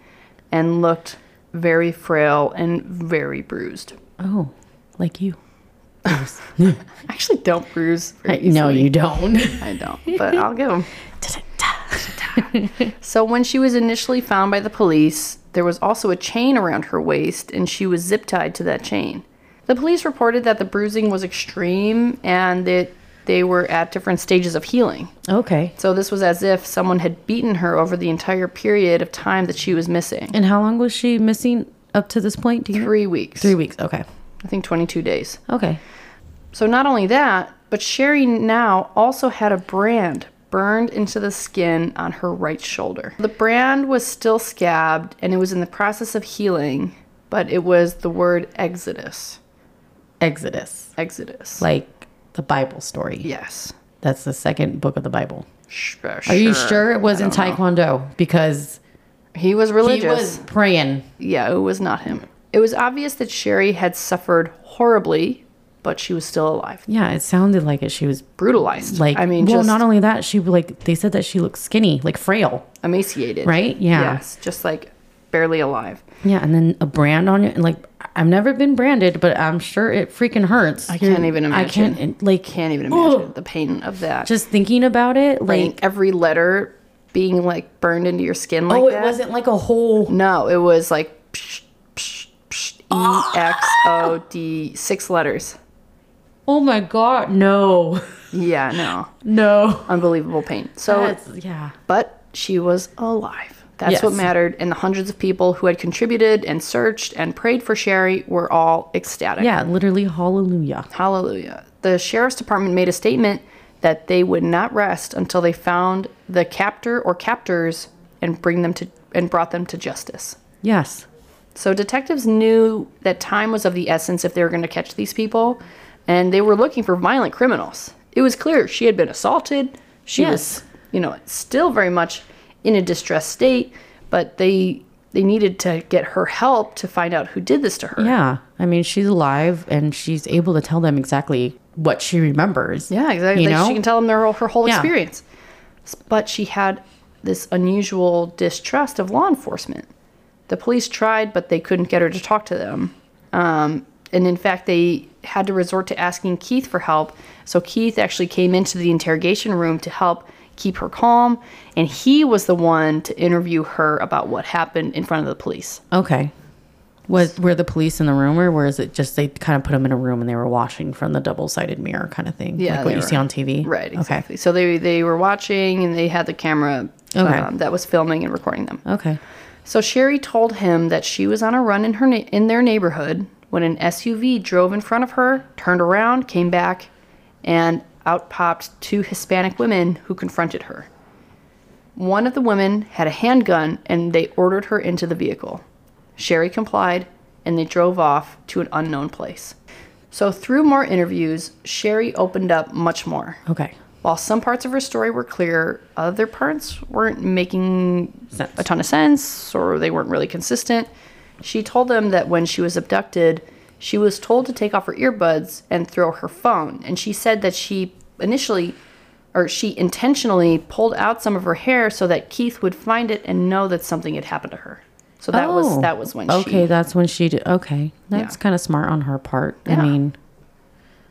Speaker 1: and looked very frail and very bruised.
Speaker 2: oh, like [LAUGHS] you.
Speaker 1: I actually don't bruise.
Speaker 2: I,
Speaker 1: Very
Speaker 2: no,
Speaker 1: easily.
Speaker 2: you don't.
Speaker 1: I don't, but I'll give 'em. So when she was initially found by the police, there was also a chain around her waist, and she was zip tied to that chain. The police reported that the bruising was extreme and that they were at different stages of healing.
Speaker 2: [LAUGHS] okay.
Speaker 1: So this was as if someone had beaten her over the entire period of time that she was missing.
Speaker 2: And how long was she missing up to this point? Do you
Speaker 1: Three weeks.
Speaker 2: three weeks? Okay.
Speaker 1: I think 22 days.
Speaker 2: Okay.
Speaker 1: So not only that, but Sherry now also had a brand burned into the skin on her right shoulder. The brand was still scabbed and it was in the process of healing, but it was the word Exodus.
Speaker 2: Exodus,
Speaker 1: Exodus.
Speaker 2: like the Bible story.
Speaker 1: yes.
Speaker 2: That's the second book of the Bible.
Speaker 1: Sh-
Speaker 2: Are you sure it wasn't Taekwondo? Because
Speaker 1: He was religious.
Speaker 2: he was praying.
Speaker 1: Yeah, it was not him. It was obvious that Sherry had suffered horribly, but she was still alive.
Speaker 2: Yeah, it sounded like it. She was
Speaker 1: Brutalized.
Speaker 2: like,
Speaker 1: I mean,
Speaker 2: well,
Speaker 1: just
Speaker 2: not only that, she like they said that she looked skinny, like frail,
Speaker 1: emaciated.
Speaker 2: right? Yeah,
Speaker 1: Yes, just like barely alive.
Speaker 2: yeah. And then a brand on it, and like I've never been branded, but I'm sure it freaking hurts. I
Speaker 1: can't even
Speaker 2: I can't and, like
Speaker 1: Can't even imagine the pain of that.
Speaker 2: just thinking about it.
Speaker 1: Like
Speaker 2: Like,
Speaker 1: every letter being like burned into your skin like
Speaker 2: oh, it
Speaker 1: that.
Speaker 2: wasn't like a whole.
Speaker 1: No, it was like psh, psh, psh,
Speaker 2: Ah!
Speaker 1: E X O D six letters.
Speaker 2: Oh my god, no, [LAUGHS]
Speaker 1: Yeah, no.
Speaker 2: no.
Speaker 1: Unbelievable pain. So
Speaker 2: That's, yeah,
Speaker 1: but she was alive. That's what
Speaker 2: Yes.
Speaker 1: mattered, and the hundreds of people who had contributed and searched and prayed for Sherry were all ecstatic.
Speaker 2: yeah. Literally, hallelujah.
Speaker 1: Hallelujah. The sheriff's department made a statement that they would not rest until they found the captor or captors and bring them to and brought them to justice.
Speaker 2: Yes.
Speaker 1: So detectives knew that time was of the essence if they were going to catch these people, and they were looking for violent criminals. It was clear she had been assaulted. She was,
Speaker 2: Yes.
Speaker 1: you know, still very much in a distressed state, but they they needed to get her help to find out who did this to her.
Speaker 2: Yeah. I mean, she's alive and she's able to tell them exactly what she remembers.
Speaker 1: Yeah, exactly.
Speaker 2: You know?
Speaker 1: She can tell them their whole, her whole
Speaker 2: Yeah.
Speaker 1: experience. S- But she had this unusual distrust of law enforcement. The police tried, but they couldn't get her to talk to them. Um, and in fact, they had to resort to asking Keith for help. So Keith actually came into the interrogation room to help keep her calm. And he was the one to interview her about what happened in front of the police.
Speaker 2: Okay. Was were the police in the room or was it just they kind of put them in a room and they were watching from the double sided mirror kind of thing?
Speaker 1: Yeah,
Speaker 2: Like what
Speaker 1: they
Speaker 2: you see
Speaker 1: were.
Speaker 2: on TV?
Speaker 1: Right, exactly. So they, they were watching and they had the camera
Speaker 2: Okay.
Speaker 1: um, that was filming and recording them.
Speaker 2: Okay. Okay.
Speaker 1: So Sherry told him that she was on a run in her na- in their neighborhood when an SUV drove in front of her, turned around, came back, and out popped two Hispanic women who confronted her. One of the women had a handgun and they ordered her into the vehicle. Sherry complied and they drove off to an unknown place. So, through more interviews, Sherry opened up much more.
Speaker 2: Okay.
Speaker 1: While some parts of her story were clear, other parts weren't making
Speaker 2: Sense.
Speaker 1: a ton of sense or they weren't really consistent. She told them that when she was abducted, she was told to take off her earbuds and throw her phone. And she said that she initially or she intentionally pulled out some of her hair so that Keith would find it and know that something had happened to her. So that was that was when
Speaker 2: Oh, okay,
Speaker 1: she
Speaker 2: that's when she did. Okay, that's
Speaker 1: Yeah.
Speaker 2: kind of smart on her part.
Speaker 1: Yeah.
Speaker 2: I mean,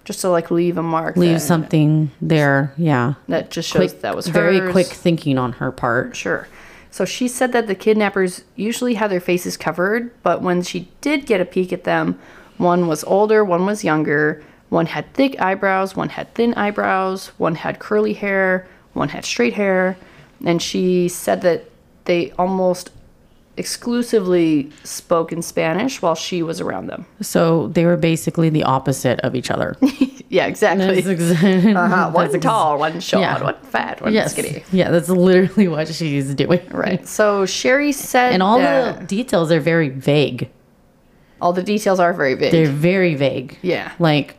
Speaker 1: just to like leave a mark.
Speaker 2: leave
Speaker 1: that-
Speaker 2: something there. Yeah,
Speaker 1: that just shows that was
Speaker 2: very
Speaker 1: hers.
Speaker 2: quick thinking on her part.
Speaker 1: Sure. So she said that the kidnappers usually had their faces covered, but when she did get a peek at them, one was older, one was younger, one had thick eyebrows, one had thin eyebrows, one had curly hair, one had straight hair, and she said that they almost exclusively spoke in Spanish while she was around them.
Speaker 2: So they were basically the opposite of
Speaker 1: [LAUGHS]
Speaker 2: each other.
Speaker 1: Yeah, exactly.
Speaker 2: That's [LAUGHS] exactly.
Speaker 1: Uh-huh. One tall, one short,
Speaker 2: yeah.
Speaker 1: one fat, one
Speaker 2: yes.
Speaker 1: skinny.
Speaker 2: Yeah, that's literally what she's doing.
Speaker 1: Right. So Sherry said
Speaker 2: And all
Speaker 1: that
Speaker 2: the details are very vague.
Speaker 1: all the details are very vague.
Speaker 2: They're very vague.
Speaker 1: Yeah.
Speaker 2: Like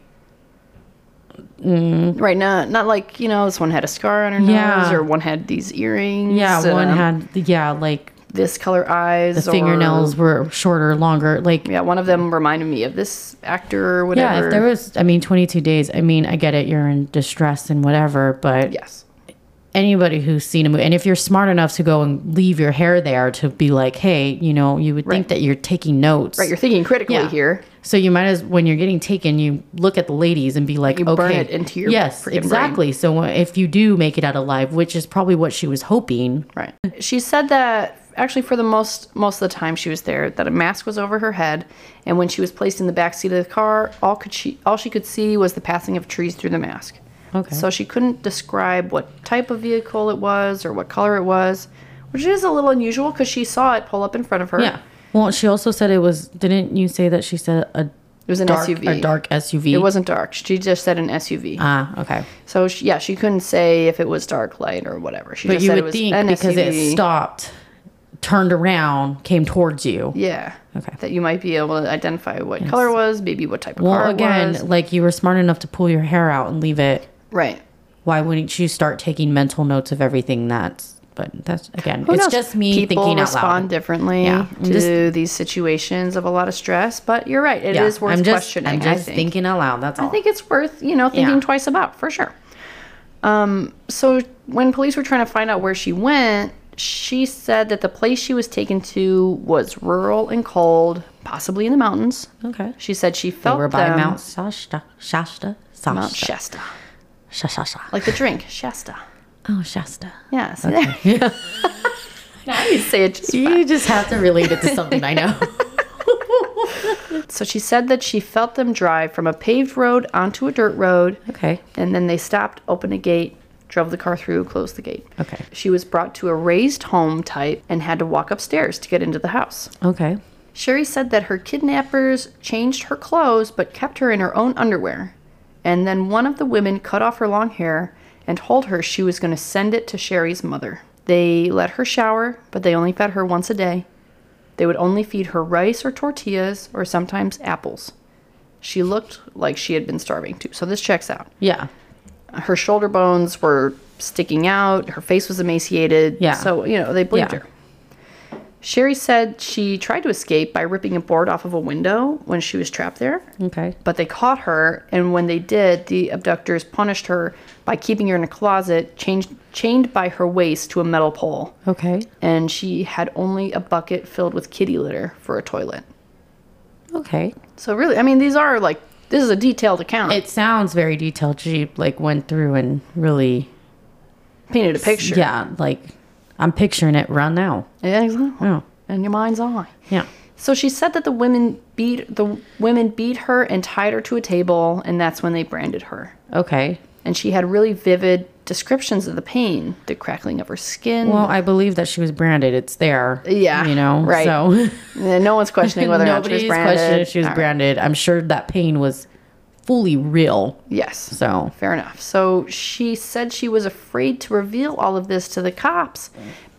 Speaker 1: Right, not not like you know, this one had a scar on her
Speaker 2: Yeah.
Speaker 1: nose, or one had these earrings.
Speaker 2: yeah,
Speaker 1: and,
Speaker 2: one
Speaker 1: um,
Speaker 2: had yeah, like
Speaker 1: this color eyes.
Speaker 2: the fingernails
Speaker 1: Or,
Speaker 2: were shorter, longer. Like
Speaker 1: yeah, one of them reminded me of this actor or whatever.
Speaker 2: yeah, if there was I mean 22 days, I mean, I get it you're in distress and whatever, but
Speaker 1: yes,
Speaker 2: anybody who's seen a movie and if you're smart enough to go and leave your hair there to be like, "Hey, you know, you would
Speaker 1: Right.
Speaker 2: think that you're taking notes."
Speaker 1: right. You're thinking critically
Speaker 2: Yeah.
Speaker 1: here.
Speaker 2: So you might as when you're getting taken, you look at the ladies and be like,
Speaker 1: You
Speaker 2: okay,
Speaker 1: burn it into your
Speaker 2: yes,
Speaker 1: freaking brain.
Speaker 2: exactly. So if you do make it out alive, which is probably what she was hoping,
Speaker 1: Right. She said that actually for the most most of the time she was there that a mask was over her head and when she was placed in the back seat of the car all could she all she could see was the passing of trees through the mask.
Speaker 2: Okay.
Speaker 1: So she couldn't describe what type of vehicle it was or what color it was, which is a little unusual cuz she saw it pull up in front of her.
Speaker 2: yeah. Well, she also said it was. Didn't you say that she said a
Speaker 1: It was an
Speaker 2: dark
Speaker 1: SUV.
Speaker 2: a dark SUV?
Speaker 1: It wasn't dark. She just said an SUV.
Speaker 2: Ah, okay.
Speaker 1: so she, yeah, she couldn't say if it was dark light or whatever. She
Speaker 2: But
Speaker 1: just
Speaker 2: you
Speaker 1: said it
Speaker 2: would
Speaker 1: was
Speaker 2: think
Speaker 1: an
Speaker 2: because
Speaker 1: SUV.
Speaker 2: it stopped, turned around, came towards you.
Speaker 1: Yeah.
Speaker 2: Okay.
Speaker 1: That you might be able to identify what color it was, maybe what type of car
Speaker 2: Well,
Speaker 1: it
Speaker 2: again,
Speaker 1: was.
Speaker 2: like you were smart enough to pull your hair out and leave it.
Speaker 1: Right.
Speaker 2: Why wouldn't you start taking mental notes of everything that's? But that's again,
Speaker 1: Who
Speaker 2: it's
Speaker 1: knows?
Speaker 2: just me
Speaker 1: People
Speaker 2: thinking out
Speaker 1: respond
Speaker 2: loud.
Speaker 1: differently
Speaker 2: Yeah. I'm
Speaker 1: to
Speaker 2: just-
Speaker 1: these situations of a lot of stress, but you're right. It is
Speaker 2: Yeah,
Speaker 1: worth
Speaker 2: I'm just,
Speaker 1: questioning.
Speaker 2: I'm just
Speaker 1: I think.
Speaker 2: thinking out loud. That's all.
Speaker 1: I think it's worth you know thinking
Speaker 2: Yeah.
Speaker 1: twice about for sure. Um, so when police were trying to find out where she went, she said that the place she was taken to was rural and cold, possibly in the mountains.
Speaker 2: okay.
Speaker 1: She said she
Speaker 2: They
Speaker 1: felt
Speaker 2: were by
Speaker 1: them-
Speaker 2: Mount Shasta. Shasta.
Speaker 1: Mount
Speaker 2: Shasta.
Speaker 1: Shasta,
Speaker 2: Shasta. Shasta.
Speaker 1: like the drink Shasta.
Speaker 2: Oh, Shasta.
Speaker 1: Yeah, see there. [LAUGHS] nice. Say it just
Speaker 2: You just have to relate it [LAUGHS] to something I know.
Speaker 1: So she said that she felt them drive from a paved road onto a dirt road,
Speaker 2: okay.
Speaker 1: and then they stopped, opened a gate, drove the car through, closed the gate.
Speaker 2: Okay.
Speaker 1: She was brought to a raised home type and had to walk upstairs to get into the house.
Speaker 2: Okay.
Speaker 1: Sherry said that her kidnappers changed her clothes but kept her in her own underwear. And then one of the women cut off her long hair and told her she was going to send it to Sherry's mother. They let her shower, but they only fed her once a day. They would only feed her rice or tortillas or sometimes apples. She looked like she had been starving too, so this checks out.
Speaker 2: Yeah.
Speaker 1: Her shoulder bones were sticking out, her face was emaciated.
Speaker 2: Yeah.
Speaker 1: So, you know, they believed
Speaker 2: Yeah.
Speaker 1: her. Sherry said she tried to escape by ripping a board off of a window when she was trapped there,
Speaker 2: Okay.
Speaker 1: but they caught her, and when they did, the abductors punished her by keeping her in a closet, chained, chained by her waist to a metal pole,
Speaker 2: Okay.
Speaker 1: and she had only a bucket filled with kitty litter for a toilet.
Speaker 2: Okay.
Speaker 1: So, really, I mean, these are like, this is a detailed account. It
Speaker 2: It sounds very detailed. She like went through and really,
Speaker 1: painted a picture.
Speaker 2: yeah, like I'm picturing it right now.
Speaker 1: Yeah, exactly.
Speaker 2: Oh,
Speaker 1: And your mind's eye.
Speaker 2: yeah.
Speaker 1: So she said that the women beat the women beat her and tied her to a table, and that's when they branded her.
Speaker 2: Okay.
Speaker 1: And she had really vivid descriptions of the pain, the crackling of her skin.
Speaker 2: Well, I believe that she was branded. It's there.
Speaker 1: Yeah,
Speaker 2: You know,
Speaker 1: right.
Speaker 2: So [LAUGHS]
Speaker 1: Yeah, no one's questioning whether or not she was
Speaker 2: nobody's questioning
Speaker 1: branded.
Speaker 2: if she was
Speaker 1: All right.
Speaker 2: branded. I'm sure that pain was fully real.
Speaker 1: Yes.
Speaker 2: So
Speaker 1: Fair enough. So she said she was afraid to reveal all of this to the cops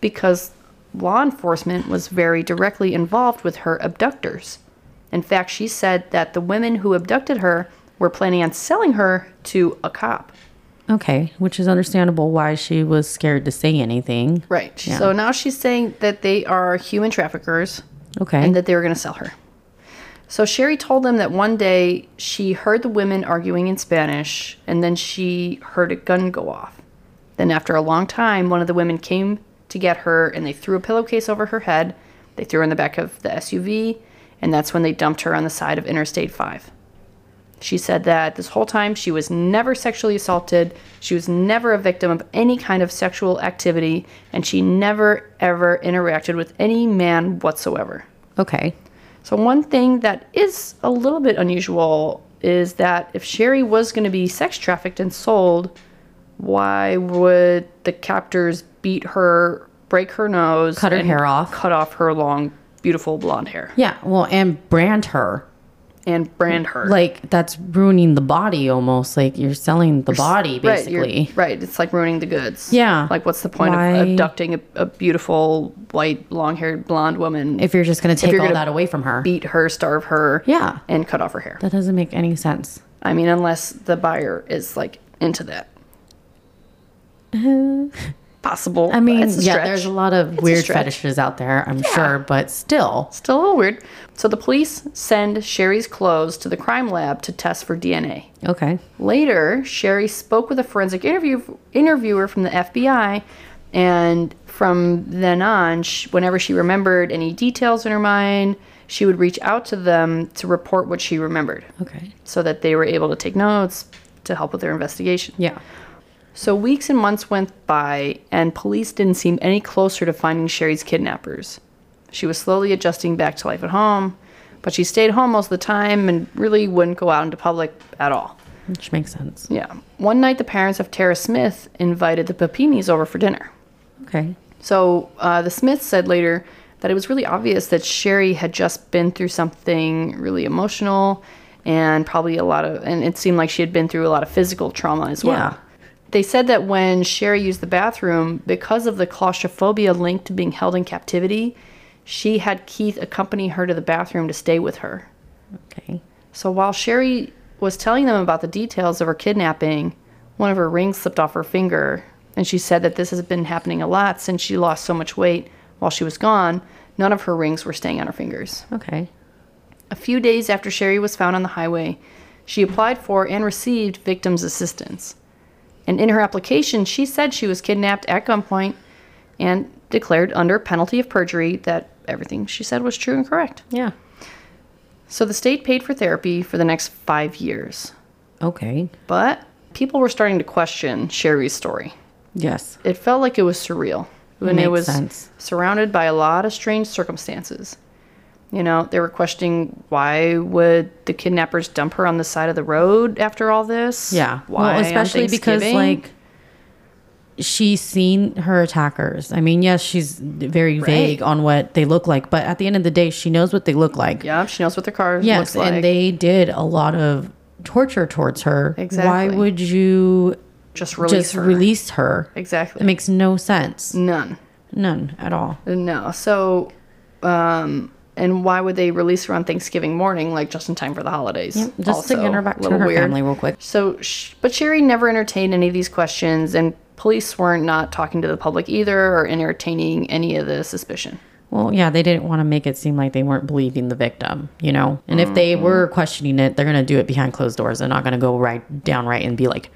Speaker 1: because law enforcement was very directly involved with her abductors. In fact, she said that the women who abducted her were planning on selling her to a cop.
Speaker 2: okay, which is understandable why she was scared to say anything.
Speaker 1: Right.
Speaker 2: Yeah.
Speaker 1: So now she's saying that they are human traffickers
Speaker 2: Okay.
Speaker 1: and that they were going to sell her. So Sherry told them that one day she heard the women arguing in Spanish and then she heard a gun go off. Then, after a long time, one of the women came to get her and they threw a pillowcase over her head. They threw her in the back of the SUV, and that's when they dumped her on the side of Interstate 5. She said that this whole time she was never sexually assaulted, she was never a victim of any kind of sexual activity, and she never ever interacted with any man whatsoever.
Speaker 2: okay.
Speaker 1: So, one thing that is a little bit unusual is that if Sherry was going to be sex trafficked and sold, why would the captors beat her, break her nose,
Speaker 2: Cut her
Speaker 1: and
Speaker 2: hair off.
Speaker 1: cut off her long, beautiful blonde hair,
Speaker 2: Yeah. Well, and brand her.
Speaker 1: and brand her?
Speaker 2: Like that's ruining the body almost. Like you're selling the body
Speaker 1: Right, you're-
Speaker 2: basically.
Speaker 1: Right, It's like ruining the goods.
Speaker 2: Yeah.
Speaker 1: Like, what's the point
Speaker 2: Why-
Speaker 1: of abducting a, a beautiful, white, long haired, blonde woman
Speaker 2: if you're just going to take
Speaker 1: you're
Speaker 2: all
Speaker 1: gonna
Speaker 2: that away from her.
Speaker 1: beat her, starve her,
Speaker 2: Yeah.
Speaker 1: and cut off her hair?
Speaker 2: that doesn't make any [LAUGHS] sense.
Speaker 1: I mean, unless the buyer is like into that. Possible.
Speaker 2: I mean,
Speaker 1: it's a
Speaker 2: yeah,
Speaker 1: stretch.
Speaker 2: there's a lot of
Speaker 1: It's a
Speaker 2: weird
Speaker 1: stretch.
Speaker 2: fetishes out there, I'm sure, but still.
Speaker 1: Still a little weird. So the police send Sherry's clothes to the crime lab to test for DNA.
Speaker 2: Okay.
Speaker 1: Later, Sherry spoke with a forensic interview, interviewer from the FBI, and from then on, sh whenever she remembered any details in her mind, she would reach out to them to report what she remembered
Speaker 2: Okay.
Speaker 1: so that they were able to take notes to help with their investigation.
Speaker 2: Yeah.
Speaker 1: So weeks and months went by, and police didn't seem any closer to finding Sherry's kidnappers. She was slowly adjusting back to life at home, but she stayed home most of the time and really wouldn't go out into public at all.
Speaker 2: Which makes sense.
Speaker 1: Yeah. One night, the parents of Tara Smith invited the Papinis over for dinner.
Speaker 2: Okay.
Speaker 1: So uh, the Smiths said later that it was really obvious that Sherry had just been through something really emotional and probably a lot of, and it seemed like she had been through a lot of physical trauma as well.
Speaker 2: Yeah.
Speaker 1: They said that when Sherry used the bathroom, because of the claustrophobia linked to being held in captivity, she had Keith accompany her to the bathroom to stay with her.
Speaker 2: Okay.
Speaker 1: So while Sherry was telling them about the details of her kidnapping, one of her rings slipped off her finger, and she said that this has been happening a lot since she lost so much weight while she was gone. None of her rings were staying on her fingers.
Speaker 2: Okay.
Speaker 1: A few days after Sherry was found on the highway, she applied for and received victims' assistance. And in her application, she said she was kidnapped at gunpoint and declared under penalty of perjury that everything she said was true and correct.
Speaker 2: Yeah.
Speaker 1: So the state paid for therapy for the next five years.
Speaker 2: Okay.
Speaker 1: But people were starting to question Sherry's story.
Speaker 2: Yes.
Speaker 1: It felt like it was surreal when it
Speaker 2: Makes
Speaker 1: was
Speaker 2: sense.
Speaker 1: surrounded by a lot of strange circumstances. You know, they were questioning why would the kidnappers dump her on the side of the road after all this?
Speaker 2: Yeah.
Speaker 1: Why?
Speaker 2: well, especially because like she's seen her attackers. I mean, yes, she's very vague on what they look like, but at the end of the day, she knows what they look like.
Speaker 1: yeah, she knows what the car
Speaker 2: Yes,
Speaker 1: looks like.
Speaker 2: and they did a lot of torture towards her. Why
Speaker 1: Exactly.
Speaker 2: would you
Speaker 1: just released
Speaker 2: just
Speaker 1: her. Mm.
Speaker 2: release her?
Speaker 1: exactly.
Speaker 2: It makes no sense.
Speaker 1: None.
Speaker 2: None at all.
Speaker 1: No. So, um, and why would they release her on Thanksgiving morning, like just in time for the holidays?
Speaker 2: just to get her back to
Speaker 1: little
Speaker 2: her family real quick.
Speaker 1: So, sh- but Sherry never entertained any of these questions, and police weren't not talking to the public either or entertaining any of the suspicion.
Speaker 2: Well, yeah, they didn't want to make it seem like they weren't believing the victim, you know? And if they
Speaker 1: Mm-hmm.
Speaker 2: were questioning it, they're going to do it behind closed doors. They're not going to go right downright and be like,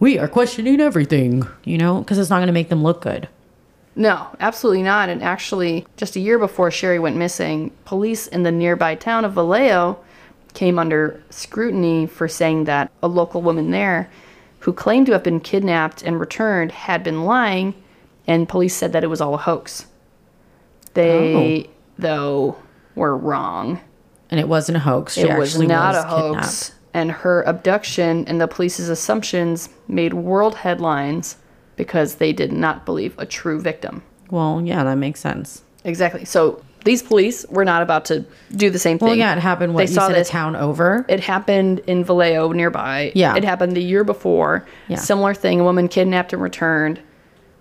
Speaker 2: we are questioning everything, you know? Because it's not going to make them look good.
Speaker 1: No, absolutely not. And actually, just a year before Sherry went missing, police in the nearby town of Vallejo came under scrutiny for saying that a local woman there who claimed to have been kidnapped and returned had been lying, and police said that it was all a hoax.
Speaker 2: Oh.
Speaker 1: They, though, were wrong.
Speaker 2: And it wasn't a hoax. She
Speaker 1: it was
Speaker 2: actually
Speaker 1: not
Speaker 2: was
Speaker 1: a hoax.
Speaker 2: kidnapped.
Speaker 1: And her abduction and the police's assumptions made world headlines because they did not believe a true victim.
Speaker 2: Well, yeah, that makes sense.
Speaker 1: Exactly. So these police were not about to do the same thing.
Speaker 2: Well, yeah, it happened. What
Speaker 1: They
Speaker 2: you
Speaker 1: saw
Speaker 2: said
Speaker 1: this-
Speaker 2: a town over.
Speaker 1: It happened in Vallejo nearby.
Speaker 2: Yeah.
Speaker 1: It happened the year before.
Speaker 2: Yeah.
Speaker 1: Similar thing. A woman kidnapped and returned.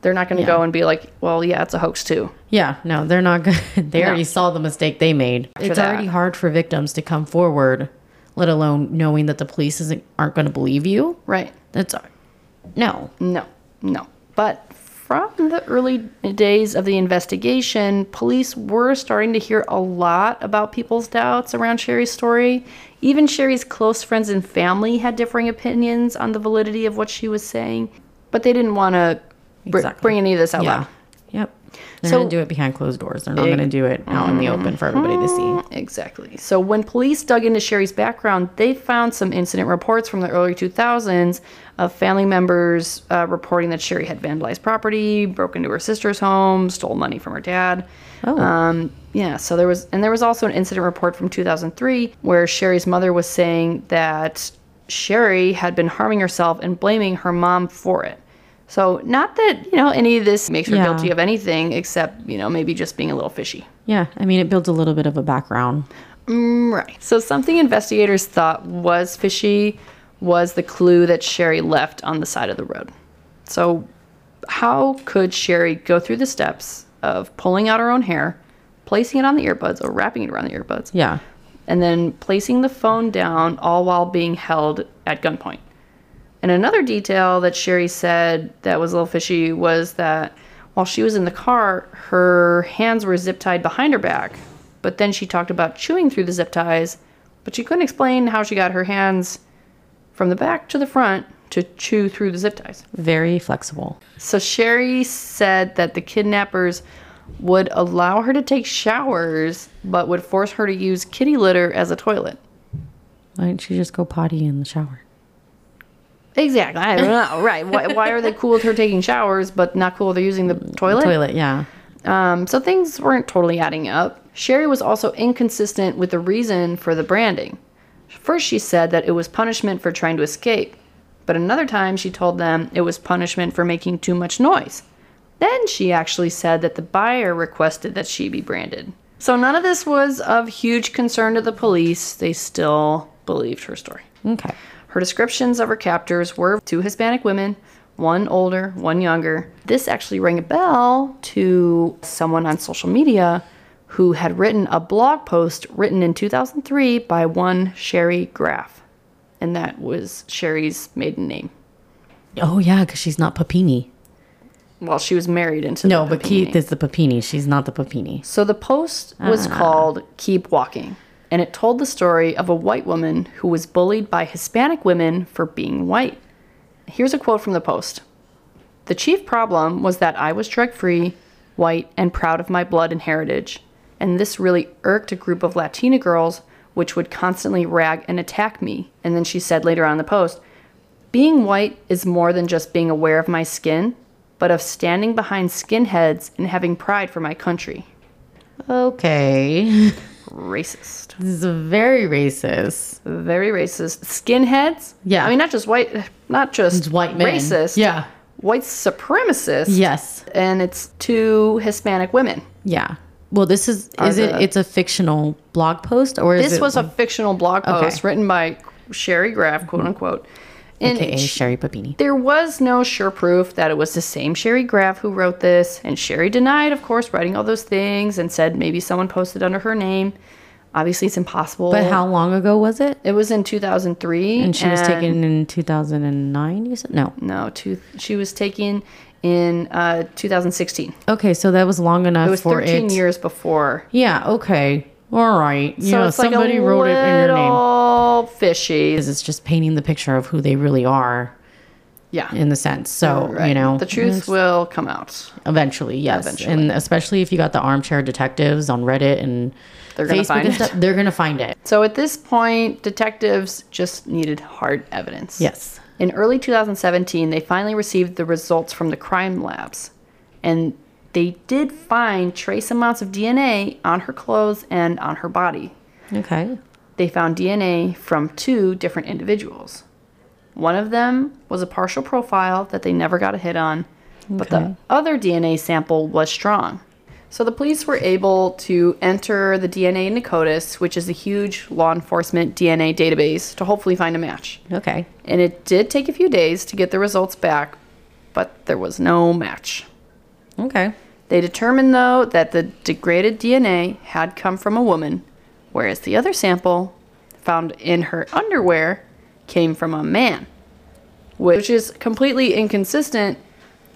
Speaker 1: They're not going to
Speaker 2: Yeah.
Speaker 1: go and be like, well, yeah, it's a hoax too.
Speaker 2: Yeah, no, they're not good. [LAUGHS] they
Speaker 1: No.
Speaker 2: already saw the mistake they made. it's
Speaker 1: that.
Speaker 2: already hard for victims to come forward, let alone knowing that the police isn't aren't going to believe you.
Speaker 1: Right.
Speaker 2: That's no.
Speaker 1: No, no. But from the early days of the investigation, police were starting to hear a lot about people's doubts around Sherry's story. Even Sherry's close friends and family had differing opinions on the validity of what she was saying, but they didn't want to br-
Speaker 2: Exactly.
Speaker 1: bring any of this out
Speaker 2: Yeah.
Speaker 1: loud.
Speaker 2: Yep. They're
Speaker 1: So-
Speaker 2: going to do it behind closed doors. They're not
Speaker 1: Big-
Speaker 2: going to do it out in the open for everybody to see.
Speaker 1: Exactly. So when police dug into Sherry's background, they found some incident reports from the early 2000s of family members uh, reporting that Sherry had vandalized property, broke into her sister's home, stole money from her dad.
Speaker 2: Oh.
Speaker 1: Um, yeah, so there was, and there was also an incident report from 2003 where Sherry's mother was saying that Sherry had been harming herself and blaming her mom for it. So, not that, you know, any of this makes her
Speaker 2: Yeah.
Speaker 1: guilty of anything except, you know, maybe just being a little fishy.
Speaker 2: Yeah, I mean, it builds a little bit of a background.
Speaker 1: Right. So something investigators thought was fishy was the clue that Sherry left on the side of the road. So how could Sherry go through the steps of pulling out her own hair, placing it on the earbuds or wrapping it around the earbuds,
Speaker 2: Yeah.
Speaker 1: and then placing the phone down all while being held at gunpoint? And another detail that Sherry said that was a little fishy was that while she was in the car, her hands were zip tied behind her back. But then she talked about chewing through the zip ties, but she couldn't explain how she got her hands from the back to the front to chew through the zip ties.
Speaker 2: Very flexible.
Speaker 1: So Sherry said that the kidnappers would allow her to take showers, but would force her to use kitty litter as a toilet.
Speaker 2: Why didn't you just go potty in the shower?
Speaker 1: Exactly. I don't know. Right. Why, why are they cool with her taking showers, but not cool with her using the toilet?
Speaker 2: Toilet, yeah.
Speaker 1: Um, so things weren't totally adding up. Sherry was also inconsistent with the reason for the branding. First, she said that it was punishment for trying to escape, but another time she told them it was punishment for making too much noise. Then she actually said that the buyer requested that she be branded. So none of this was of huge concern to the police. They still believed her story.
Speaker 2: Okay.
Speaker 1: Her descriptions of her captors were two Hispanic women, one older, one younger. This actually rang a bell to someone on social media who had written a blog post written in 2003 by one Sherry Graff. And that was Sherry's maiden name.
Speaker 2: Oh, yeah, because she's not Papini.
Speaker 1: Well, she was married into
Speaker 2: No,
Speaker 1: the
Speaker 2: but
Speaker 1: Papini
Speaker 2: Keith
Speaker 1: name.
Speaker 2: is the Papini. She's not the Papini.
Speaker 1: So the post was called Keep Walking, and it told the story of a white woman who was bullied by Hispanic women for being white. Here's a quote from the post The chief problem was that I was drug free, white, and proud of my blood and heritage, and this really irked a group of Latina girls which would constantly rag and attack me. And then she said later on in the post, being white is more than just being aware of my skin, but of standing behind skinheads and having pride for my country
Speaker 2: Okay. [LAUGHS] this
Speaker 1: racist.
Speaker 2: is very racist.
Speaker 1: Very racist. Skinheads.
Speaker 2: Yeah.
Speaker 1: I mean, not just white, not just
Speaker 2: It's white men.
Speaker 1: Racist.
Speaker 2: Yeah.
Speaker 1: White supremacists.
Speaker 2: Yes.
Speaker 1: And it's two Hispanic women.
Speaker 2: Yeah. Well, this is, is
Speaker 1: the-
Speaker 2: it, it's a fictional blog post or is
Speaker 1: This
Speaker 2: it
Speaker 1: was a fictional blog
Speaker 2: Okay. Mm-hmm.
Speaker 1: post written by Sherry Graff, quote unquote. And
Speaker 2: AKA
Speaker 1: she-
Speaker 2: Sherry Papini?
Speaker 1: There was no sure proof that it was the same Sherry Graff who wrote this, and Sherry denied, of course, writing all those things and said maybe someone posted under her name. Obviously, it's impossible.
Speaker 2: But how long ago was it?
Speaker 1: It was in 2003.
Speaker 2: And she was taken in 2009, you said? No.
Speaker 1: No, two, she was taken in uh, 2016.
Speaker 2: Okay, so that was long enough
Speaker 1: It was
Speaker 2: for
Speaker 1: 13
Speaker 2: it.
Speaker 1: years before.
Speaker 2: Yeah, okay. All right.
Speaker 1: So
Speaker 2: yeah,
Speaker 1: it's like
Speaker 2: somebody
Speaker 1: a
Speaker 2: wrote it in your name.
Speaker 1: little fishy.
Speaker 2: Because it's just painting the picture of who they really are
Speaker 1: Yeah.
Speaker 2: in the sense. So,
Speaker 1: Right.
Speaker 2: you know, mm-hmm.
Speaker 1: the truth will come out.
Speaker 2: eventually, yes.
Speaker 1: Eventually.
Speaker 2: And especially if you got the armchair detectives on Reddit and
Speaker 1: They're gonna
Speaker 2: Facebook
Speaker 1: find
Speaker 2: and
Speaker 1: it.
Speaker 2: stuff, they're going to find it.
Speaker 1: So at this point, detectives just needed hard evidence.
Speaker 2: Yes.
Speaker 1: In early 2017, they finally received the results from the crime labs, and they did find trace amounts of DNA on her clothes and on her body.
Speaker 2: Okay.
Speaker 1: they found DNA from two different individuals. One of them was a partial profile that they never got a hit on, but the other DNA sample was strong. So the police were able to enter the DNA in NCODIS, which is a huge law enforcement DNA database, to hopefully find a match.
Speaker 2: Okay.
Speaker 1: And it did take a few days to get the results back, but there was no match.
Speaker 2: Okay.
Speaker 1: They determined, though, that the degraded DNA had come from a woman, whereas the other sample, found in her underwear, came from a man, which is completely inconsistent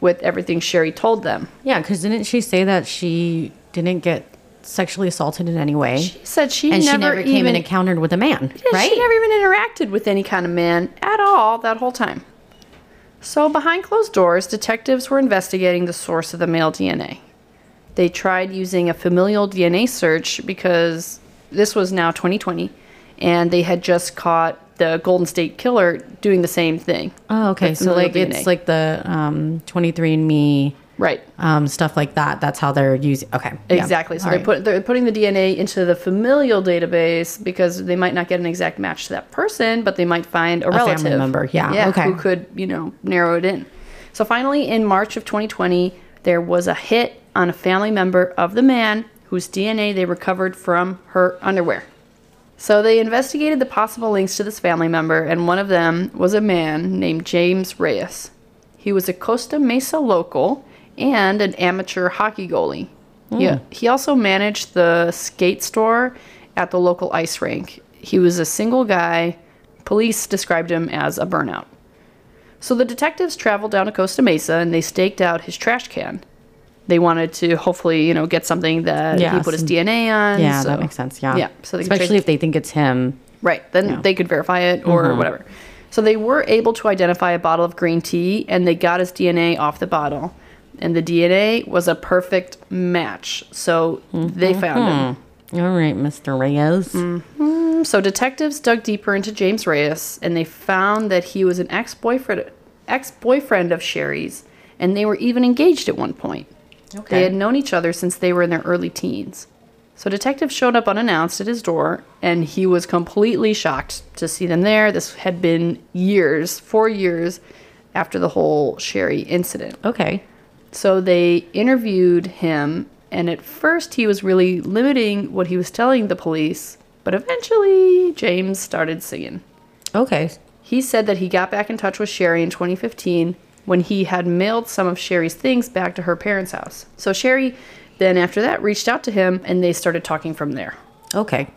Speaker 1: with everything Sherry told them.
Speaker 2: Yeah, because didn't she say that she didn't get sexually assaulted in any way?
Speaker 1: She said she
Speaker 2: and
Speaker 1: never,
Speaker 2: she never came
Speaker 1: even,
Speaker 2: and encountered with a man,
Speaker 1: Yeah,
Speaker 2: right?
Speaker 1: She never even interacted with any kind of man at all that whole time. So, behind closed doors, detectives were investigating the source of the male DNA. They tried using a familial DNA search because this was now 2020 and they had just caught the Golden State Killer doing the same thing.
Speaker 2: oh, okay.
Speaker 1: With
Speaker 2: So like
Speaker 1: familial
Speaker 2: it's
Speaker 1: DNA.
Speaker 2: like the um, 23andMe
Speaker 1: Right.
Speaker 2: um, stuff like that. That's how they're using. Okay. yeah.
Speaker 1: Exactly. So
Speaker 2: All
Speaker 1: they
Speaker 2: right.
Speaker 1: put they're putting the DNA into the familial database because they might not get an exact match to that person, but they might find a,
Speaker 2: family
Speaker 1: relative
Speaker 2: member. Yeah. Okay.
Speaker 1: who could you know narrow it in. So finally, in March of 2020, there was a hit on a family member of the man whose DNA they recovered from her underwear. So they investigated the possible links to this family member, and one of them was a man named James Reyes. He was a Costa Mesa local and an amateur hockey goalie.
Speaker 2: Hmm.
Speaker 1: Yeah. He, also managed the skate store at the local ice rink. He was a single guy. Police described him as a burnout. So the detectives traveled down to Costa Mesa and they staked out his trash can. They wanted to hopefully, you know, get something that he
Speaker 2: Yeah,
Speaker 1: put his
Speaker 2: some-
Speaker 1: DNA on.
Speaker 2: Yeah,
Speaker 1: so-
Speaker 2: that makes sense. Yeah.
Speaker 1: Yeah. So they could trace-
Speaker 2: especially if they think it's him.
Speaker 1: Right. Then they could verify it or whatever. So they were able to identify a bottle of green tea and they got his DNA off the bottle. And the DNA was a perfect match. So they found him.
Speaker 2: All right, Mr. Reyes.
Speaker 1: Mm. So detectives dug deeper into James Reyes and they found that he was an ex-boyfriend ex-boyfriend of Sherry's and they were even engaged at one point. They had known each other since they were in their early teens. So detectives showed up unannounced at his door, and he was completely shocked to see them there. This had been years, four years after the whole Sherry incident.
Speaker 2: okay.
Speaker 1: So they interviewed him, and at first he was really limiting what he was telling the police, but eventually James started singing.
Speaker 2: Okay.
Speaker 1: He said that he got back in touch with Sherry in 2015 when he had mailed some of Sherry's things back to her parents' house. So Sherry then, after that, reached out to him and they started talking from there.
Speaker 2: Okay.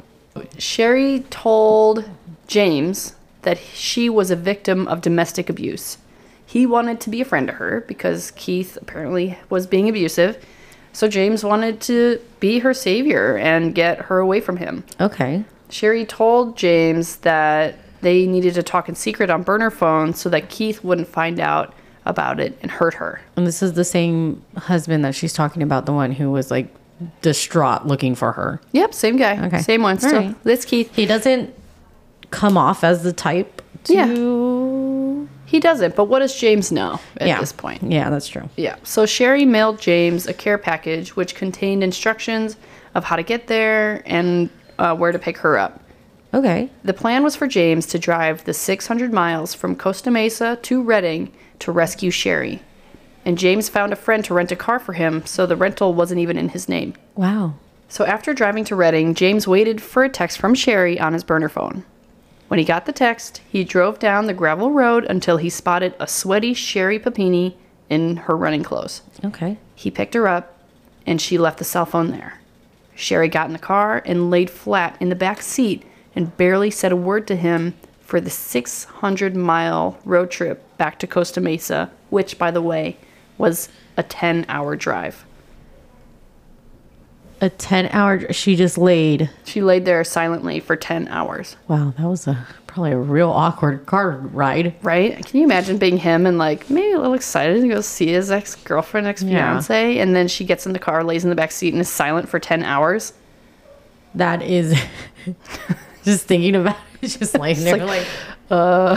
Speaker 1: Sherry told James that she was a victim of domestic abuse. He wanted to be a friend to her because Keith apparently was being abusive. So James wanted to be her savior and get her away from him.
Speaker 2: Okay.
Speaker 1: Sherry told James that they needed to talk in secret on burner phones so that Keith wouldn't find out about it and hurt her.
Speaker 2: And this is the same husband that she's talking about, the one who was like distraught looking for her.
Speaker 1: Yep, same guy.
Speaker 2: Okay.
Speaker 1: Same one.
Speaker 2: All
Speaker 1: Still,
Speaker 2: right.
Speaker 1: That's Keith.
Speaker 2: He doesn't come off as the type to
Speaker 1: Yeah. He doesn't, but what does James know at
Speaker 2: Yeah.
Speaker 1: this point?
Speaker 2: Yeah, that's true.
Speaker 1: Yeah. So Sherry mailed James a care package which contained instructions of how to get there and uh, where to pick her up.
Speaker 2: Okay.
Speaker 1: The plan was for James to drive the 600 miles from Costa Mesa to Redding to rescue Sherry. And James found a friend to rent a car for him, so the rental wasn't even in his name.
Speaker 2: Wow.
Speaker 1: So after driving to Redding, James waited for a text from Sherry on his burner phone. When he got the text, he drove down the gravel road until he spotted a sweaty Sherry Papini in her running clothes.
Speaker 2: Okay.
Speaker 1: He picked her up, and she left the cell phone there. Sherry got in the car and laid flat in the back seat and barely said a word to him for the 600 mile road trip back to Costa Mesa, which, by the way, was a 10 hour drive.
Speaker 2: A 10 hour, dr- she just laid.
Speaker 1: She laid there silently for 10 hours,
Speaker 2: Wow, that was a probably a real awkward car ride.
Speaker 1: right? Can you imagine being him and like maybe a little excited to go see his ex girlfriend, ex fiance? And then she gets in the car, lays in the back seat, and is silent for 10 hours?
Speaker 2: That is [LAUGHS] just thinking about it, [LAUGHS] just laying there
Speaker 1: like-
Speaker 2: like,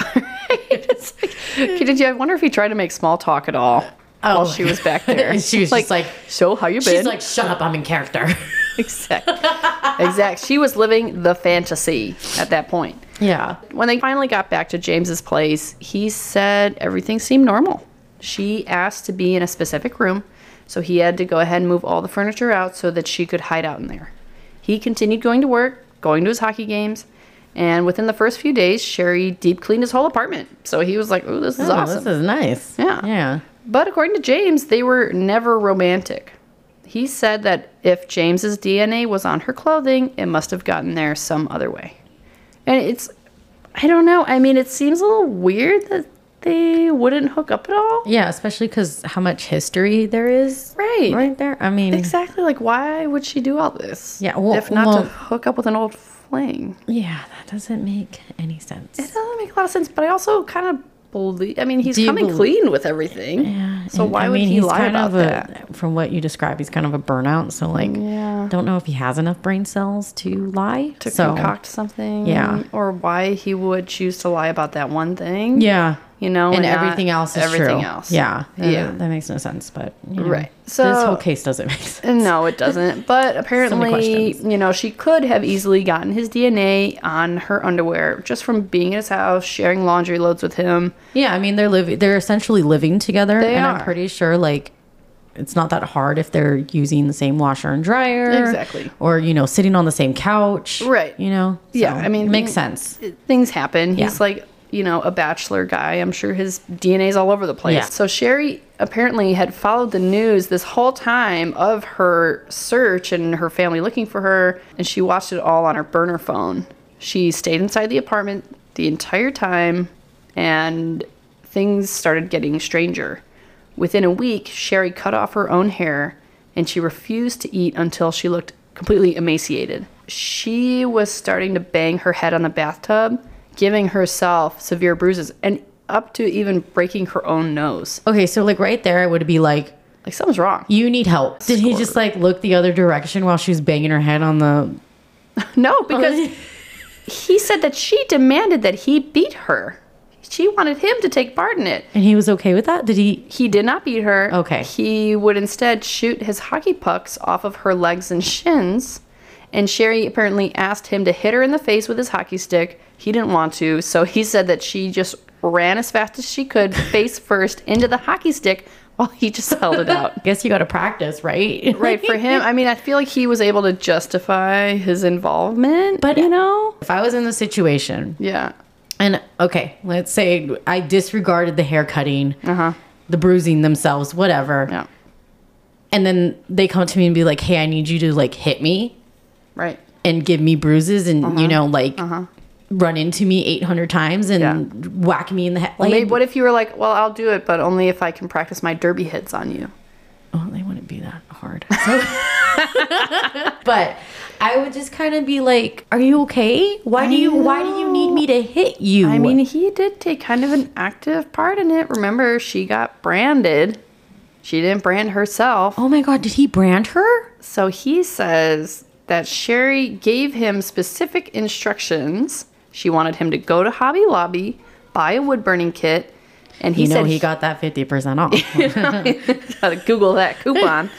Speaker 1: Okay, Did you? I wonder if he tried to make small talk at all while
Speaker 2: Oh.
Speaker 1: she was back there.
Speaker 2: [LAUGHS] She was just like,
Speaker 1: "So how you been?"
Speaker 2: she's like, shut up, I'm in character.
Speaker 1: [LAUGHS]
Speaker 2: [LAUGHS]
Speaker 1: exact, exact. She was living the fantasy at that point.
Speaker 2: yeah.
Speaker 1: When they finally got back to James's place, he said everything seemed normal. She asked to be in a specific room, so he had to go ahead and move all the furniture out so that she could hide out in there. He continued going to work, going to his hockey games, and within the first few days, Sherry deep cleaned his whole apartment. So he was like, "Ooh, this is
Speaker 2: Oh,
Speaker 1: awesome."
Speaker 2: This is nice.
Speaker 1: Yeah.
Speaker 2: Yeah.
Speaker 1: But according to James, they were never romantic. He said that if James's DNA was on her clothing, it must have gotten there some other way. And it's I don't know. I mean, it seems a little weird that they wouldn't hook up at all.
Speaker 2: Yeah, especially because how much history there is
Speaker 1: Right.
Speaker 2: right there. I mean,
Speaker 1: Exactly. Like why would she do all this?
Speaker 2: Yeah, well-
Speaker 1: if not
Speaker 2: well-
Speaker 1: to hook up with an old fling.
Speaker 2: yeah, that doesn't make any sense.
Speaker 1: It doesn't make a lot of sense, but I also kind of believe I mean, he's
Speaker 2: Do you
Speaker 1: coming
Speaker 2: bel-
Speaker 1: clean with everything.
Speaker 2: Yeah,
Speaker 1: So
Speaker 2: and
Speaker 1: why
Speaker 2: I
Speaker 1: would
Speaker 2: mean,
Speaker 1: he
Speaker 2: he's
Speaker 1: lie
Speaker 2: kind
Speaker 1: about
Speaker 2: of
Speaker 1: that?
Speaker 2: A, from what you describe, he's kind of a burnout. So like,
Speaker 1: Yeah.
Speaker 2: don't know if he has enough brain cells to lie.
Speaker 1: to
Speaker 2: so
Speaker 1: concoct something.
Speaker 2: Yeah.
Speaker 1: Or why he would choose to lie about that one thing.
Speaker 2: yeah,
Speaker 1: You know,
Speaker 2: and,
Speaker 1: not
Speaker 2: everything else is
Speaker 1: Oh everything
Speaker 2: true.
Speaker 1: else.
Speaker 2: Yeah, that,
Speaker 1: Yeah.
Speaker 2: that makes no sense. But you know,
Speaker 1: Right.
Speaker 2: this
Speaker 1: So-
Speaker 2: whole case doesn't [LAUGHS] make sense.
Speaker 1: No, it
Speaker 2: [LAUGHS]
Speaker 1: doesn't. But apparently,
Speaker 2: questions.
Speaker 1: you know, she could have easily gotten his DNA on her underwear just from being in his house, sharing laundry loads with him.
Speaker 2: Yeah, I mean they're living. They're essentially living together,
Speaker 1: They
Speaker 2: and
Speaker 1: are.
Speaker 2: I'm pretty sure like it's not that hard if they're using the same washer and dryer,
Speaker 1: Exactly.
Speaker 2: or you know sitting on the same couch,
Speaker 1: Right.
Speaker 2: You know,
Speaker 1: Yeah,
Speaker 2: So,
Speaker 1: I mean,
Speaker 2: makes
Speaker 1: mm,
Speaker 2: sense.
Speaker 1: it- things happen.
Speaker 2: Yeah.
Speaker 1: He's like, you know, a bachelor guy. I'm sure his DNA's all over the place.
Speaker 2: Yeah.
Speaker 1: So Sherry apparently had followed the news this whole time of her search and her family looking for her, and she watched it all on her burner phone. She stayed inside the apartment the entire time, and things started getting stranger. Within a week, Sherry cut off her own hair and she refused to eat until she looked completely emaciated. She was starting to bang her head on the bathtub, giving herself severe bruises and up to even breaking her own nose.
Speaker 2: Okay, so like right there, I would be like,
Speaker 1: Like something's wrong.
Speaker 2: you need help. Did he just like look the other direction while she was banging her head on the?
Speaker 1: No, because he said that she demanded that he beat her. She wanted him to take part in it.
Speaker 2: And he was okay with that. Did he?
Speaker 1: He did not beat her.
Speaker 2: Okay.
Speaker 1: He would instead shoot his hockey pucks off of her legs and shins. And Sherry apparently asked him to hit her in the face with his hockey stick. He didn't want to, so he said that she just ran as fast as she [LAUGHS] could, face first, into the hockey stick while he just held it out.
Speaker 2: Guess you got to practice,
Speaker 1: [LAUGHS]
Speaker 2: right?
Speaker 1: Right, for him, I mean, I feel like he was able to justify his involvement.
Speaker 2: [LAUGHS] But-
Speaker 1: you know?
Speaker 2: if I was in the situation,
Speaker 1: Yeah.
Speaker 2: And okay, let's say I disregarded the hair cutting, the bruising themselves, whatever.
Speaker 1: Uh-huh. Yeah.
Speaker 2: And then they come to me and be like, "Hey, I need you to like hit me
Speaker 1: Right.
Speaker 2: and give me bruises, and
Speaker 1: Uh-huh.
Speaker 2: you know, like run into me eight hundred times and
Speaker 1: Yeah.
Speaker 2: whack me in the head." Like,
Speaker 1: Maybe, what if you were like, well, I'll do it, but only if I can practice my derby hits on you?
Speaker 2: oh, they wouldn't be that hard. [LAUGHS] So- but I would just kind of be like, "Are you okay? Why do you? Why do you need me to hit you?"
Speaker 1: I mean, he did take kind of an active part in it. Remember, she got branded. She didn't brand herself.
Speaker 2: oh my god, did he brand her?
Speaker 1: So he says that Sherry gave him specific instructions. She wanted him to go to Hobby Lobby, buy a wood burning kit, and he
Speaker 2: You know,
Speaker 1: said
Speaker 2: he got that fifty percent [LAUGHS] off.
Speaker 1: [LAUGHS] Gotta Google
Speaker 2: [LAUGHS]
Speaker 1: that coupon.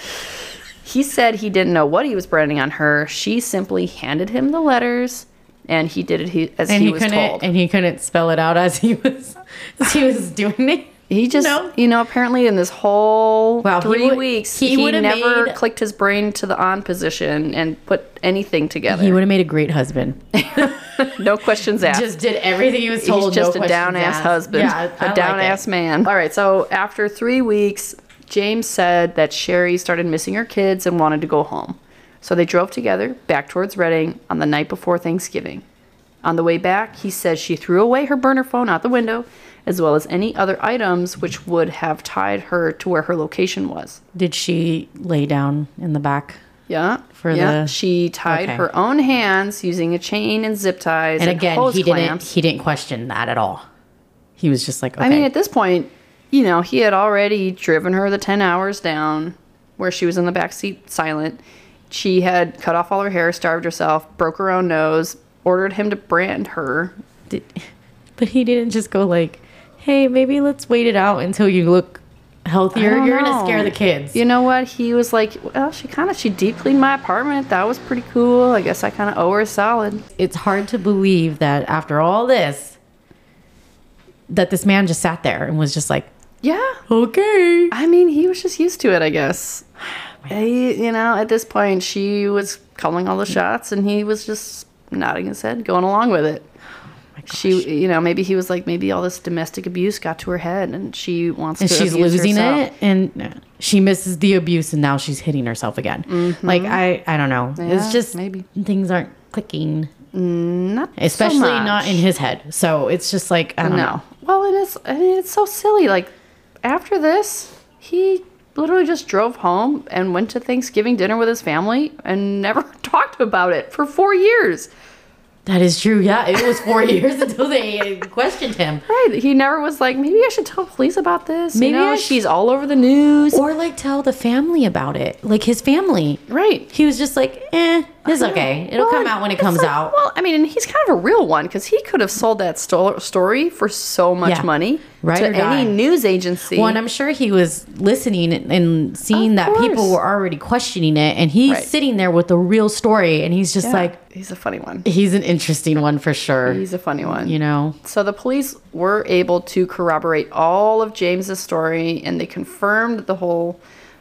Speaker 1: he said he didn't know what he was branding on her. She simply handed him the letters, and he did it he, as
Speaker 2: and
Speaker 1: he,
Speaker 2: he,
Speaker 1: was
Speaker 2: couldn't
Speaker 1: told.
Speaker 2: and he couldn't spell it out as he was [LAUGHS] as he was doing it.
Speaker 1: He just,
Speaker 2: No.
Speaker 1: you know, apparently in this whole
Speaker 2: Wow, he
Speaker 1: three
Speaker 2: would-
Speaker 1: weeks, he,
Speaker 2: he would've
Speaker 1: never
Speaker 2: made-
Speaker 1: clicked his brain to the on position and put anything together.
Speaker 2: He would have made a great husband.
Speaker 1: no questions asked.
Speaker 2: [LAUGHS] Just did everything he was told.
Speaker 1: He's just
Speaker 2: no
Speaker 1: a
Speaker 2: questions
Speaker 1: down ass
Speaker 2: asked.
Speaker 1: husband,
Speaker 2: Yeah,
Speaker 1: a
Speaker 2: I like
Speaker 1: down
Speaker 2: it.
Speaker 1: ass man. All right, so after three weeks, James said that Sherry started missing her kids and wanted to go home. So they drove together back towards Reading on the night before Thanksgiving. On the way back, he says she threw away her burner phone out the window, as well as any other items which would have tied her to where her location was.
Speaker 2: Did she lay down in the back?
Speaker 1: Yeah.
Speaker 2: For
Speaker 1: yeah.
Speaker 2: the-
Speaker 1: she tied
Speaker 2: okay.
Speaker 1: her own hands using a chain and zip ties and,
Speaker 2: And again,
Speaker 1: hose
Speaker 2: he didn't.
Speaker 1: clamps.
Speaker 2: He didn't question that at all. He was just like, okay.
Speaker 1: I mean, at this point, you know, he had already driven her the 10 hours down where she was in the back seat silent. She had cut off all her hair, starved herself, broke her own nose, ordered him to brand her.
Speaker 2: Did- [LAUGHS] but he didn't just go like, hey, maybe let's wait it out until you look healthier.
Speaker 1: don't
Speaker 2: You're gonna
Speaker 1: know.
Speaker 2: scare the kids.
Speaker 1: Oh, You know what? He was like, well, she kind of, she deep cleaned my apartment. That was pretty cool. I guess I kind of owe her a solid.
Speaker 2: it's hard to believe that after all this that this man just sat there and was just like
Speaker 1: Yeah.
Speaker 2: [LAUGHS] Okay.
Speaker 1: I mean, he was just used to it, I
Speaker 2: [SIGHS]
Speaker 1: guess. He, you know, at this point, she was calling all the shots, and he was just nodding his head, going along with it.
Speaker 2: Oh
Speaker 1: She, you know, maybe he was like, maybe all this domestic abuse got to her head, and she wants
Speaker 2: and
Speaker 1: to.
Speaker 2: she's
Speaker 1: abuse
Speaker 2: losing
Speaker 1: herself.
Speaker 2: it and she misses the abuse and now she's hitting herself again like i i don't know
Speaker 1: Yeah,
Speaker 2: it's just
Speaker 1: maybe.
Speaker 2: things aren't clicking
Speaker 1: Not so
Speaker 2: especially not
Speaker 1: much.
Speaker 2: in his head so it's just like i don't
Speaker 1: No.
Speaker 2: know
Speaker 1: Well, and it's and it's so silly. Like after this, he literally just drove home and went to Thanksgiving dinner with his family and [LAUGHS] never talked about it for four years.
Speaker 2: that is true yeah it was four [LAUGHS] years until they questioned him
Speaker 1: Right. He never was like, maybe I should tell police about this.
Speaker 2: Maybe
Speaker 1: you know,
Speaker 2: I sh-
Speaker 1: she's all over the news.
Speaker 2: or like tell the family about it like his family
Speaker 1: right.
Speaker 2: he was just like eh it's okay it'll
Speaker 1: Well,
Speaker 2: come out when it
Speaker 1: it's
Speaker 2: comes
Speaker 1: like-
Speaker 2: out
Speaker 1: Well, I mean, and he's kind of a real one because he could have sold that sto- story for so much
Speaker 2: Yeah.
Speaker 1: money
Speaker 2: Right
Speaker 1: to
Speaker 2: or
Speaker 1: any
Speaker 2: die.
Speaker 1: news agency.
Speaker 2: Well, and I'm sure he was listening and- and
Speaker 1: Of
Speaker 2: seeing that people
Speaker 1: course.
Speaker 2: were already questioning it, and he's
Speaker 1: Right.
Speaker 2: sitting there with the real story, and he's just
Speaker 1: Yeah.
Speaker 2: like,
Speaker 1: he's a funny one.
Speaker 2: he's an interesting one for sure.
Speaker 1: He's a funny one.
Speaker 2: you know,
Speaker 1: So the police were able to corroborate all of James's story and they confirmed the whole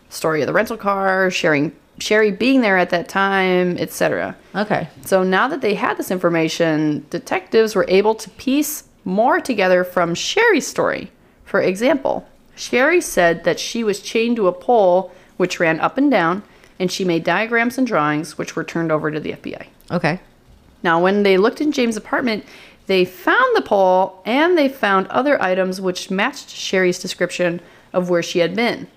Speaker 1: story of the rental car, sharing Sherry being there at that time, etc.
Speaker 2: okay,
Speaker 1: So now that they had this information, detectives were able to piece more together from Sherry's story. For example, Sherry said that she was chained to a pole which ran up and down and she made diagrams and drawings which were turned over to the FBI.
Speaker 2: okay,
Speaker 1: Now, when they looked in James' apartment, they found the pole and they found other items which matched Sherry's description of where she had been.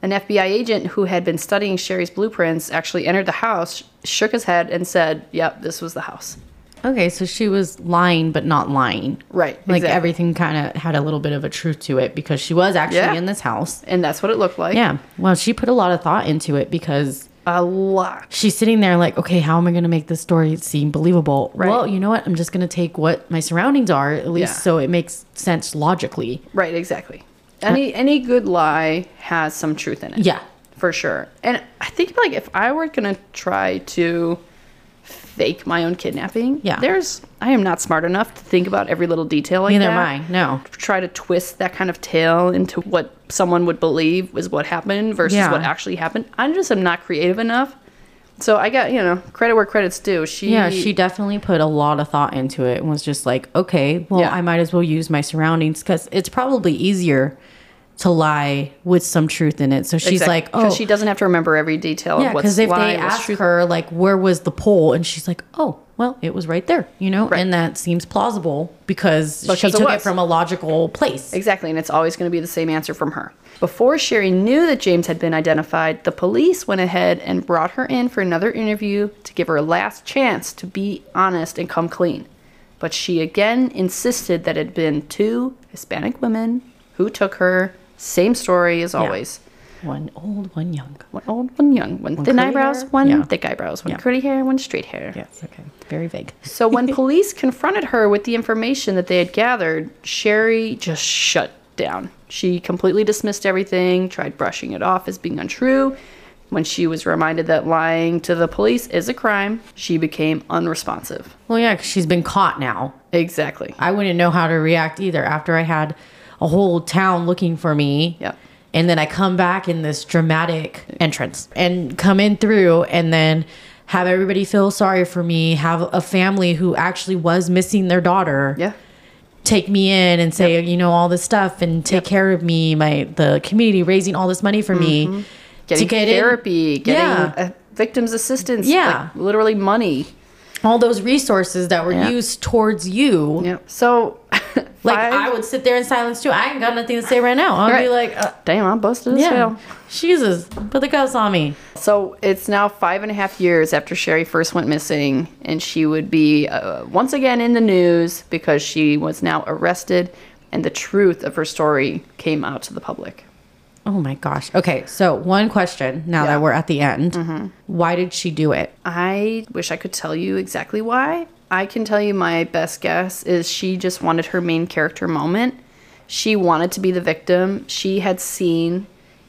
Speaker 1: An FBI agent who had been studying Sherry's blueprints actually entered the house, shook his head, and said, Yep, this was the house.
Speaker 2: okay. So she was lying, but not lying,
Speaker 1: Right,
Speaker 2: Like
Speaker 1: exactly.
Speaker 2: everything kind of had a little bit of a truth to it because she was actually
Speaker 1: Yeah.
Speaker 2: in this house.
Speaker 1: And that's what it looked like.
Speaker 2: Yeah. Well, she put a lot of thought into it because
Speaker 1: A lot.
Speaker 2: she's sitting there like, okay, how am I going to make this story seem believable?
Speaker 1: Right.
Speaker 2: Well, you know what? I'm just going to take what my surroundings are, at least
Speaker 1: Yeah.
Speaker 2: so it makes sense logically.
Speaker 1: Right, exactly. Any any good lie has some truth in it.
Speaker 2: Yeah.
Speaker 1: for sure. And I think like if I were gonna try to fake my own kidnapping,
Speaker 2: Yeah.
Speaker 1: there's I am not smart enough to think about every little detail like
Speaker 2: Neither
Speaker 1: that.
Speaker 2: am I. No.
Speaker 1: Try to twist that kind of tale into what someone would believe was what happened versus
Speaker 2: Yeah.
Speaker 1: what actually happened. I just am not creative enough. So I got you know credit where credits due. She
Speaker 2: Yeah, she definitely put a lot of thought into it and was just like, okay, well,
Speaker 1: Yeah.
Speaker 2: I might as well use my surroundings because it's probably easier to lie with some truth in it. So she's
Speaker 1: Exactly.
Speaker 2: like,
Speaker 1: 'Cause
Speaker 2: oh,
Speaker 1: she doesn't have to remember every detail
Speaker 2: yeah,
Speaker 1: of what's
Speaker 2: because if
Speaker 1: lie,
Speaker 2: they
Speaker 1: what's
Speaker 2: ask
Speaker 1: truth.
Speaker 2: her like, where was the pole, and she's like, oh, well, it was right there, you know,
Speaker 1: Right.
Speaker 2: and that seems plausible because, she
Speaker 1: Because it
Speaker 2: took it
Speaker 1: was.
Speaker 2: from a logical place.
Speaker 1: Exactly, and it's always going to be the same answer from her. Before Sherry knew that James had been identified, the police went ahead and brought her in for another interview to give her a last chance to be honest and come clean. But she again insisted that it had been two Hispanic women who took her. Same story as always.
Speaker 2: One old, one young.
Speaker 1: One old, one young, one, thin
Speaker 2: curly
Speaker 1: eyebrows,
Speaker 2: hair?
Speaker 1: one
Speaker 2: Yeah.
Speaker 1: thick eyebrows, one
Speaker 2: Yeah.
Speaker 1: curly hair, one straight hair.
Speaker 2: Yes. Okay. Very vague.
Speaker 1: So
Speaker 2: [LAUGHS]
Speaker 1: when police confronted her with the information that they had gathered, Sherry just shut down. She completely dismissed everything, tried brushing it off as being untrue. When she was reminded that lying to the police is a crime, she became unresponsive.
Speaker 2: Well, yeah, 'cause she's been caught now.
Speaker 1: Exactly.
Speaker 2: I wouldn't know how to react either after I had a whole town looking for me.
Speaker 1: Yep.
Speaker 2: And then I come back in this dramatic entrance and come in through and then have everybody feel sorry for me, have a family who actually was missing their daughter
Speaker 1: Yeah.
Speaker 2: take me in and say, you know, all this stuff and take care of me, my the community raising all this money for me.
Speaker 1: Getting
Speaker 2: in-
Speaker 1: therapy, getting
Speaker 2: Yeah.
Speaker 1: uh, victims assistance,
Speaker 2: Yeah.
Speaker 1: like, literally money.
Speaker 2: all those resources that were
Speaker 1: Yeah.
Speaker 2: used towards you.
Speaker 1: Yeah. So, [LAUGHS]
Speaker 2: Like
Speaker 1: five-
Speaker 2: I would sit there in silence too. I ain't got nothing to say right now. I'd be
Speaker 1: Right.
Speaker 2: like, uh,
Speaker 1: damn, I'm busted as
Speaker 2: Yeah.
Speaker 1: hell.
Speaker 2: Jesus, put the cuffs on me.
Speaker 1: So it's now five and a half years after Sherry first went missing, and she would be uh, once again in the news because she was now arrested, and the truth of her story came out to the public.
Speaker 2: Oh my gosh. Okay, so one question now
Speaker 1: Yeah.
Speaker 2: that we're at the end. Why did she do it?
Speaker 1: I wish I could tell you exactly why. I can tell you my best guess is she just wanted her main character moment. She wanted to be the victim. She had seen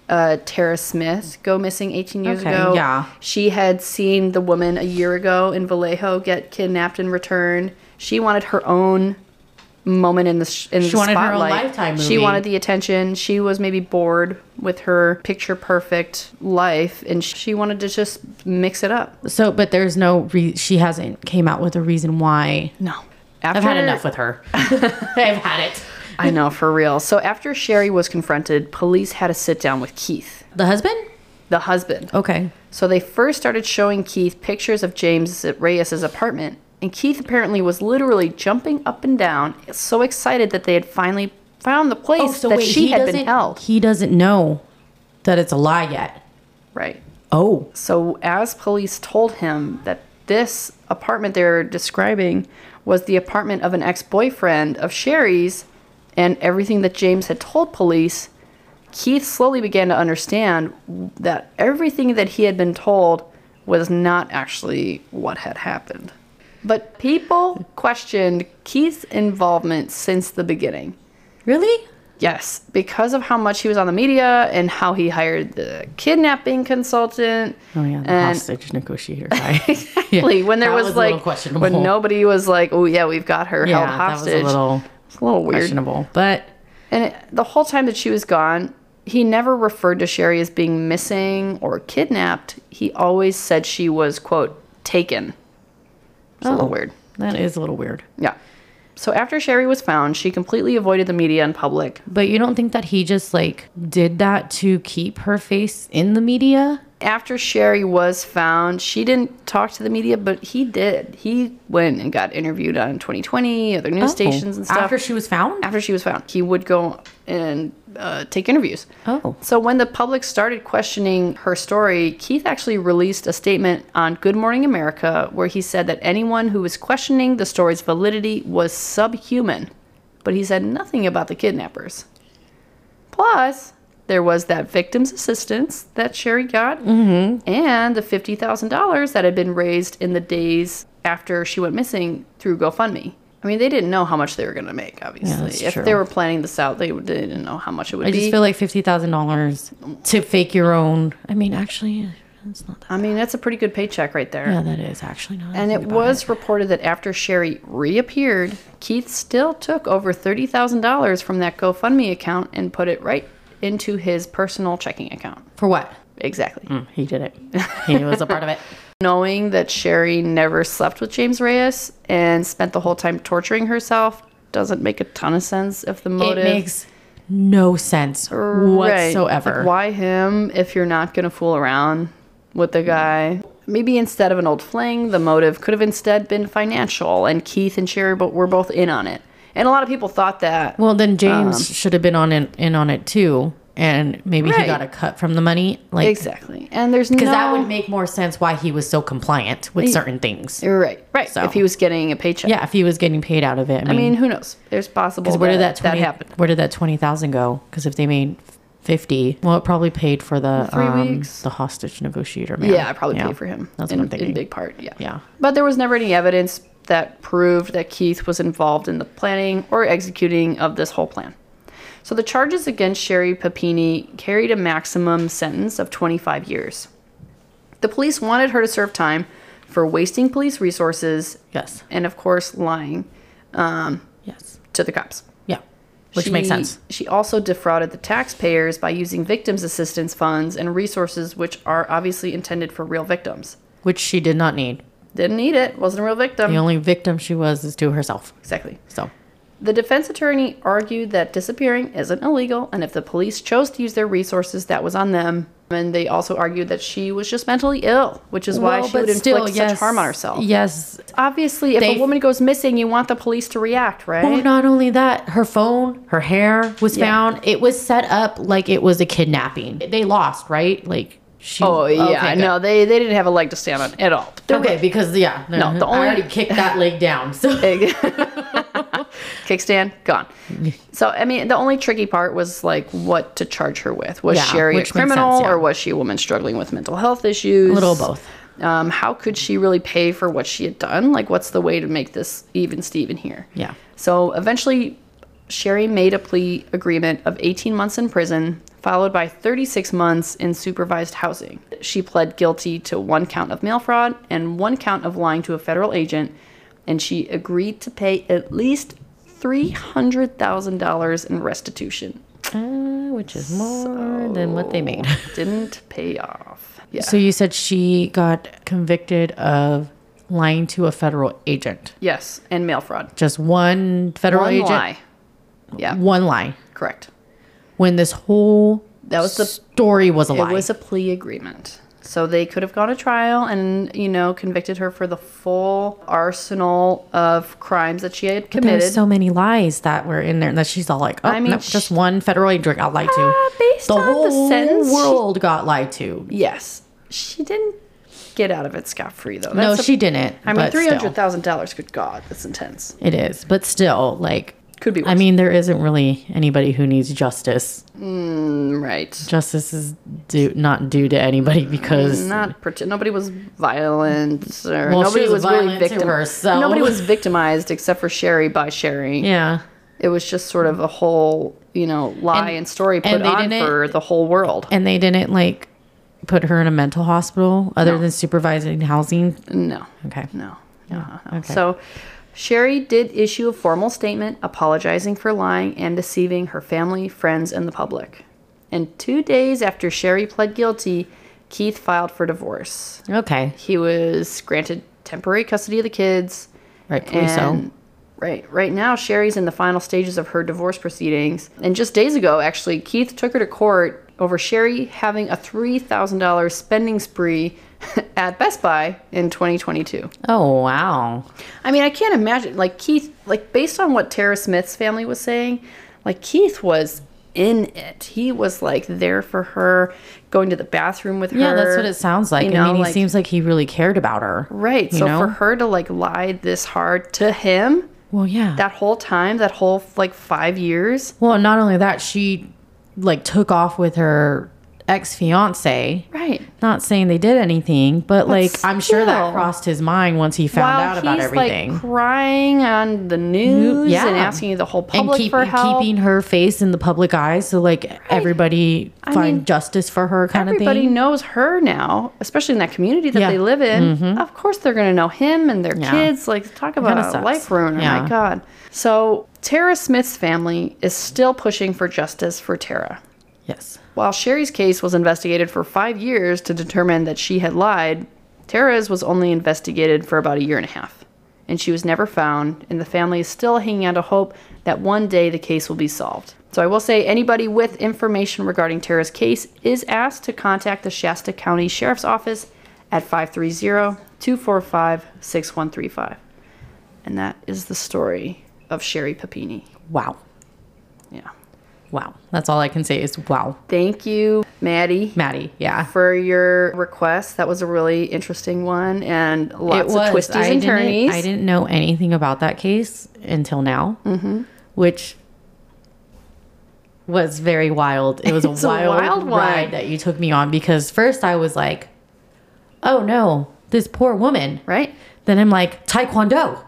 Speaker 1: uh, Tara Smith go missing 18 years
Speaker 2: Okay,
Speaker 1: ago.
Speaker 2: yeah.
Speaker 1: She had seen the woman a year ago in Vallejo get kidnapped and returned. She wanted her own moment in the sh- in
Speaker 2: She
Speaker 1: the
Speaker 2: wanted her own
Speaker 1: spotlight.
Speaker 2: Lifetime
Speaker 1: She
Speaker 2: movie.
Speaker 1: wanted the attention. She was maybe bored with her picture perfect life, and she wanted to just mix it up.
Speaker 2: So, but there's no re- she hasn't came out with a reason why.
Speaker 1: No, after
Speaker 2: I've had enough with [LAUGHS] her. I've had it.
Speaker 1: I know for real. So after Sherry was confronted, police had a sit down with Keith,
Speaker 2: The husband?
Speaker 1: the husband.
Speaker 2: Okay.
Speaker 1: So they first started showing Keith pictures of James at Reyes's apartment, and Keith apparently was literally jumping up and down, so excited that they had finally found the place
Speaker 2: Oh,
Speaker 1: that she had been held.
Speaker 2: He doesn't know that it's a lie yet.
Speaker 1: Right.
Speaker 2: Oh.
Speaker 1: So as police told him that this apartment they're describing was the apartment of an ex-boyfriend of Sherry's and everything that James had told police, Keith slowly began to understand that everything that he had been told was not actually what had happened. But people questioned Keith's involvement since the beginning.
Speaker 2: Really?
Speaker 1: Yes, because of how much he was on the media and how he hired the kidnapping consultant.
Speaker 2: Oh yeah, the
Speaker 1: and
Speaker 2: hostage negotiator [LAUGHS] guy.
Speaker 1: exactly, when there
Speaker 2: that
Speaker 1: was,
Speaker 2: was a little
Speaker 1: like
Speaker 2: questionable.
Speaker 1: when nobody was like, "Oh yeah, we've got her
Speaker 2: yeah,
Speaker 1: held
Speaker 2: that was
Speaker 1: hostage."
Speaker 2: a little
Speaker 1: it's a little weird.
Speaker 2: questionable. But
Speaker 1: And it, the whole time that she was gone, he never referred to Sherry as being missing or kidnapped. He always said she was quote taken. It's a
Speaker 2: Oh.
Speaker 1: little weird.
Speaker 2: that is a little weird.
Speaker 1: Yeah. So after Sherry was found, she completely avoided the media and public.
Speaker 2: But you don't think that he just like did that to keep her face in the media?
Speaker 1: after Sherry was found, she didn't talk to the media, but he did. He went and got interviewed on 2020, other news stations and stuff.
Speaker 2: Oh. After she was found?
Speaker 1: After she was found, he would go and uh, take interviews.
Speaker 2: Oh.
Speaker 1: So when the public started questioning her story, Keith actually released a statement on Good Morning America where he said that anyone who was questioning the story's validity was subhuman, but he said nothing about the kidnappers. Plus, there was that victim's assistance that Sherry got
Speaker 2: Mm-hmm.
Speaker 1: and the $50,000 that had been raised in the days after she went missing through GoFundMe. I mean, they didn't know how much they were going to make, obviously.
Speaker 2: that's
Speaker 1: if
Speaker 2: true.
Speaker 1: they were planning this out, they didn't know how much it would
Speaker 2: I
Speaker 1: be.
Speaker 2: just feel like fifty thousand dollars to fake your own. I mean, actually, it's not that.
Speaker 1: I mean, that's a pretty good paycheck right there.
Speaker 2: Yeah, that is actually not.
Speaker 1: And it was reported that after Sherry reappeared, Keith still took over $30,000 from that GoFundMe account and put it right into his personal checking account.
Speaker 2: for what?
Speaker 1: Exactly.
Speaker 2: Mm, He
Speaker 1: [LAUGHS]
Speaker 2: did it. He was a part of it.
Speaker 1: Knowing that Sherry never slept with James Reyes and spent the whole time torturing herself doesn't make a ton of sense if the
Speaker 2: It
Speaker 1: motive
Speaker 2: makes no sense
Speaker 1: Right.
Speaker 2: whatsoever.
Speaker 1: Like, why him if you're not going to fool around with the guy? Maybe instead of an old fling, the motive could have instead been financial, and Keith and Sherry bo- were both in on it. And a lot of people thought that.
Speaker 2: Well, then James
Speaker 1: Um,
Speaker 2: should have been on in, in on it too, and maybe
Speaker 1: Right.
Speaker 2: he got a cut from the money, like because
Speaker 1: exactly. And there's no.
Speaker 2: that would make more sense why he was so compliant with certain things.
Speaker 1: Right, right.
Speaker 2: So.
Speaker 1: If he was getting a paycheck.
Speaker 2: Yeah, if he was getting paid out of it, I
Speaker 1: I mean,
Speaker 2: mean,
Speaker 1: who knows? There's possible
Speaker 2: where did that
Speaker 1: that
Speaker 2: 20,
Speaker 1: happened.
Speaker 2: Where did that twenty thousand go? Because if they made fifty, well, it probably paid for the
Speaker 1: Three
Speaker 2: um,
Speaker 1: weeks.
Speaker 2: the hostage negotiator man.
Speaker 1: Yeah, I probably paid for him.
Speaker 2: That's
Speaker 1: in,
Speaker 2: what I'm
Speaker 1: In
Speaker 2: thinking.
Speaker 1: big part, yeah.
Speaker 2: Yeah.
Speaker 1: But there was never any evidence that proved that Keith was involved in the planning or executing of this whole plan. So the charges against Sherry Papini carried a maximum sentence of 25 years. The police wanted her to serve time for wasting police resources
Speaker 2: Yes.
Speaker 1: and, of course, lying
Speaker 2: Yes.
Speaker 1: to the cops.
Speaker 2: Yeah. Which
Speaker 1: She-
Speaker 2: makes sense.
Speaker 1: She also defrauded the taxpayers by using victims' assistance funds and resources which are obviously intended for real victims.
Speaker 2: Which she did not need.
Speaker 1: Didn't need it. Wasn't a real victim.
Speaker 2: The only victim she was is to herself.
Speaker 1: exactly.
Speaker 2: So
Speaker 1: The defense attorney argued that disappearing isn't illegal, and if the police chose to use their resources, that was on them. And they also argued that she was just mentally ill, which is why she would inflict such harm on herself.
Speaker 2: Yes.
Speaker 1: Obviously, if
Speaker 2: They- Oh,
Speaker 1: a woman goes missing, you want the police to react, right?
Speaker 2: Well, not only that, her phone, her hair was
Speaker 1: Yeah.
Speaker 2: found. It was set up like it was a kidnapping. They lost, right? Like she.
Speaker 1: Oh yeah,
Speaker 2: okay, good.
Speaker 1: no, they they didn't have a leg to stand on at all. They're
Speaker 2: Okay, because yeah,
Speaker 1: No, the
Speaker 2: I
Speaker 1: only-
Speaker 2: already kicked that leg
Speaker 1: [LAUGHS]
Speaker 2: down. So
Speaker 1: big. Kickstand gone. So I mean, the only tricky part was like what to charge her with. Was
Speaker 2: Yeah,
Speaker 1: Sherry a
Speaker 2: which makes
Speaker 1: criminal,
Speaker 2: sense, yeah.
Speaker 1: or was she a woman struggling with mental health issues?
Speaker 2: A little of both.
Speaker 1: Um, how could she really pay for what she had done? Like, what's the way to make this even Steven here?
Speaker 2: Yeah.
Speaker 1: So eventually, Sherry made a plea agreement of 18 months in prison, followed by 36 months in supervised housing. She pled guilty to one count of mail fraud and one count of lying to a federal agent, and she agreed to pay at least $300,000 in
Speaker 2: [LAUGHS]
Speaker 1: restitution.
Speaker 2: Uh, which is more than what they made.
Speaker 1: Didn't pay off. Yeah.
Speaker 2: So you said she got convicted of lying to a federal agent.
Speaker 1: yes, and mail fraud.
Speaker 2: Just one federal
Speaker 1: One
Speaker 2: agent.
Speaker 1: lie. Yeah,
Speaker 2: One lie.
Speaker 1: correct.
Speaker 2: When this whole
Speaker 1: That was the-
Speaker 2: story was a lie.
Speaker 1: It was a plea agreement. So they could have gone to trial and, you know, convicted her for the full arsenal of crimes that she had committed.
Speaker 2: There's so many lies that were in there, and that she's all like, "Oh,
Speaker 1: I mean,
Speaker 2: no,
Speaker 1: sh-
Speaker 2: just one federal agent got lied to."
Speaker 1: Uh, based
Speaker 2: the
Speaker 1: on the
Speaker 2: whole
Speaker 1: sentence, she-
Speaker 2: world got lied to.
Speaker 1: yes. She didn't get out of it scot free, though.
Speaker 2: No,
Speaker 1: That's a-
Speaker 2: she didn't.
Speaker 1: I mean,
Speaker 2: but still.
Speaker 1: $300,000, good God, that's intense.
Speaker 2: It is, but still, like,
Speaker 1: Could be
Speaker 2: I
Speaker 1: worse.
Speaker 2: mean, there isn't really anybody who needs justice.
Speaker 1: Right.
Speaker 2: Justice is due, not due to anybody because
Speaker 1: Not parti- nobody was violent or
Speaker 2: Well, she
Speaker 1: nobody
Speaker 2: was
Speaker 1: was, really
Speaker 2: violent to
Speaker 1: victim-
Speaker 2: her, so-
Speaker 1: Nobody was victimized except for Sherry by Sherry.
Speaker 2: yeah,
Speaker 1: It was just sort of a whole, you know, lie and,
Speaker 2: And-
Speaker 1: story put
Speaker 2: and they
Speaker 1: on
Speaker 2: didn't-
Speaker 1: for the whole world.
Speaker 2: and they didn't like put her in a mental hospital other than supervising housing.
Speaker 1: No.
Speaker 2: Okay,
Speaker 1: No. No. no, no.
Speaker 2: okay.
Speaker 1: So Sherry did issue a formal statement apologizing for lying and deceiving her family, friends, and the public. And two days after Sherry pled guilty, Keith filed for divorce.
Speaker 2: okay,
Speaker 1: He was granted temporary custody of the kids.
Speaker 2: rightfully so.
Speaker 1: And Right, right now Sherry's in the final stages of her divorce proceedings, and just days ago, actually, Keith took her to court over Sherry having a three thousand dollars spending spree [LAUGHS] at Best Buy in 2022.
Speaker 2: Oh wow,
Speaker 1: I mean, I can't imagine like Keith, like based on what Tara Smith's family was saying, like Keith was in it. He was like there for her, going to the bathroom with her.
Speaker 2: yeah, that's what it sounds like.
Speaker 1: you
Speaker 2: I
Speaker 1: know,
Speaker 2: mean, he
Speaker 1: like-
Speaker 2: seems like he really cared about her.
Speaker 1: Right.
Speaker 2: you
Speaker 1: So
Speaker 2: know?
Speaker 1: for her to like lie this hard to him,
Speaker 2: Well, yeah.
Speaker 1: that whole time, that whole like five years.
Speaker 2: well, not only that, she like took off with her ex fiance.
Speaker 1: Right.
Speaker 2: Not saying they did anything, but, like I'm sure
Speaker 1: still.
Speaker 2: that crossed his mind once he found
Speaker 1: While
Speaker 2: out about
Speaker 1: he's
Speaker 2: everything.
Speaker 1: like crying on the news
Speaker 2: yeah.
Speaker 1: and asking the whole
Speaker 2: and
Speaker 1: public
Speaker 2: keep,
Speaker 1: for help,
Speaker 2: keeping her face in the public eye so like everybody find
Speaker 1: mean,
Speaker 2: justice for her kind
Speaker 1: everybody
Speaker 2: of thing.
Speaker 1: knows her now, especially in that community that
Speaker 2: Yeah. Mm-hmm.
Speaker 1: they live in. Of course, they're going to know him and their
Speaker 2: Yeah.
Speaker 1: kids. Like, talk about
Speaker 2: kinda
Speaker 1: a
Speaker 2: sucks.
Speaker 1: life ruiner.
Speaker 2: Yeah.
Speaker 1: My God. So, Tara Smith's family is still pushing for justice for Tara.
Speaker 2: Yes.
Speaker 1: While Sherry's case was investigated for five years to determine that she had lied, Tara's was only investigated for about a year and a half. And she was never found, and the family is still hanging out a hope that one day the case will be solved. So I will say anybody with information regarding Tara's case is asked to contact the Shasta County Sheriff's Office at 530 245 6135. And that is the story of Sherry Papini.
Speaker 2: Wow.
Speaker 1: Yeah.
Speaker 2: Wow. That's all I can say is wow.
Speaker 1: Thank you, Maddie.
Speaker 2: Maddie. Yeah.
Speaker 1: for your request. That was a really interesting one and lots of twisties
Speaker 2: I
Speaker 1: and
Speaker 2: didn't- e-
Speaker 1: turnies.
Speaker 2: I didn't know anything about that case until now,
Speaker 1: Mm-hmm.
Speaker 2: which was very wild. It was
Speaker 1: [LAUGHS]
Speaker 2: a
Speaker 1: It's a
Speaker 2: wild,
Speaker 1: wild one.
Speaker 2: ride that you took me on because first I was like, "Oh no, this poor woman."
Speaker 1: Right?
Speaker 2: Then I'm like, "Taekwondo,"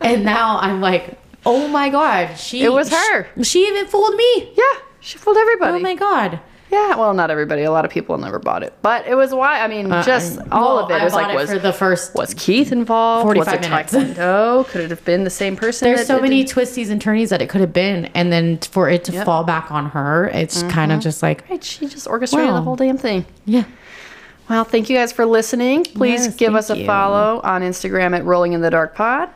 Speaker 2: [LAUGHS] and now I'm like, "Oh my god, she
Speaker 1: It was her.
Speaker 2: She, even fooled me."
Speaker 1: Yeah, she fooled everybody.
Speaker 2: Oh my god.
Speaker 1: yeah, well, not everybody. A lot of people never bought it, but it was why. I mean, just all
Speaker 2: Well,
Speaker 1: of it
Speaker 2: Uh, I
Speaker 1: was
Speaker 2: bought
Speaker 1: like was
Speaker 2: for the first
Speaker 1: was Keith involved? was
Speaker 2: 45
Speaker 1: it
Speaker 2: minutes.
Speaker 1: Taekwondo? Could it have been the same person?
Speaker 2: There's
Speaker 1: that
Speaker 2: so
Speaker 1: did-
Speaker 2: many twisties and turnies that it could have been, and then t- for it to fall back on her, it's
Speaker 1: Mm-hmm.
Speaker 2: kind of just like,
Speaker 1: Right, she just orchestrated the
Speaker 2: Wow.
Speaker 1: whole damn thing.
Speaker 2: yeah,
Speaker 1: Well, thank you guys for listening. Please
Speaker 2: Yes,
Speaker 1: give us a
Speaker 2: thank you.
Speaker 1: follow on Instagram at Rolling in the Dark Pod.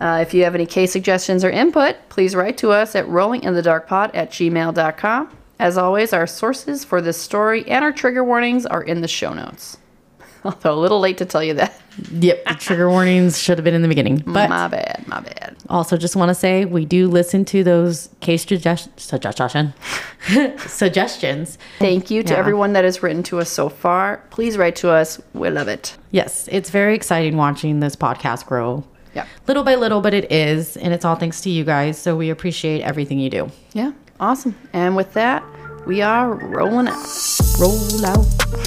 Speaker 1: Uh, if you have any case suggestions or input, please write to us at rollinginthedarkpod at gmail.com. As always, our sources for this story and our trigger warnings are in the show notes. [LAUGHS] Although a little late to tell you that.
Speaker 2: yep. The
Speaker 1: [LAUGHS]
Speaker 2: trigger warnings should have been in the beginning, but
Speaker 1: Mm, my bad, my bad.
Speaker 2: also just want to say we do listen to those case suggestions, suggestion, [LAUGHS] suggestions.
Speaker 1: Thank you to
Speaker 2: Yeah.
Speaker 1: everyone that has written to us so far. Please write to us. We love it.
Speaker 2: Yes, it's very exciting watching this podcast grow.
Speaker 1: Yeah.
Speaker 2: Little by little, but it is, and it's all thanks to you guys. So we appreciate everything you do.
Speaker 1: Yeah. Awesome. And with that, we are rolling out.
Speaker 2: Roll out.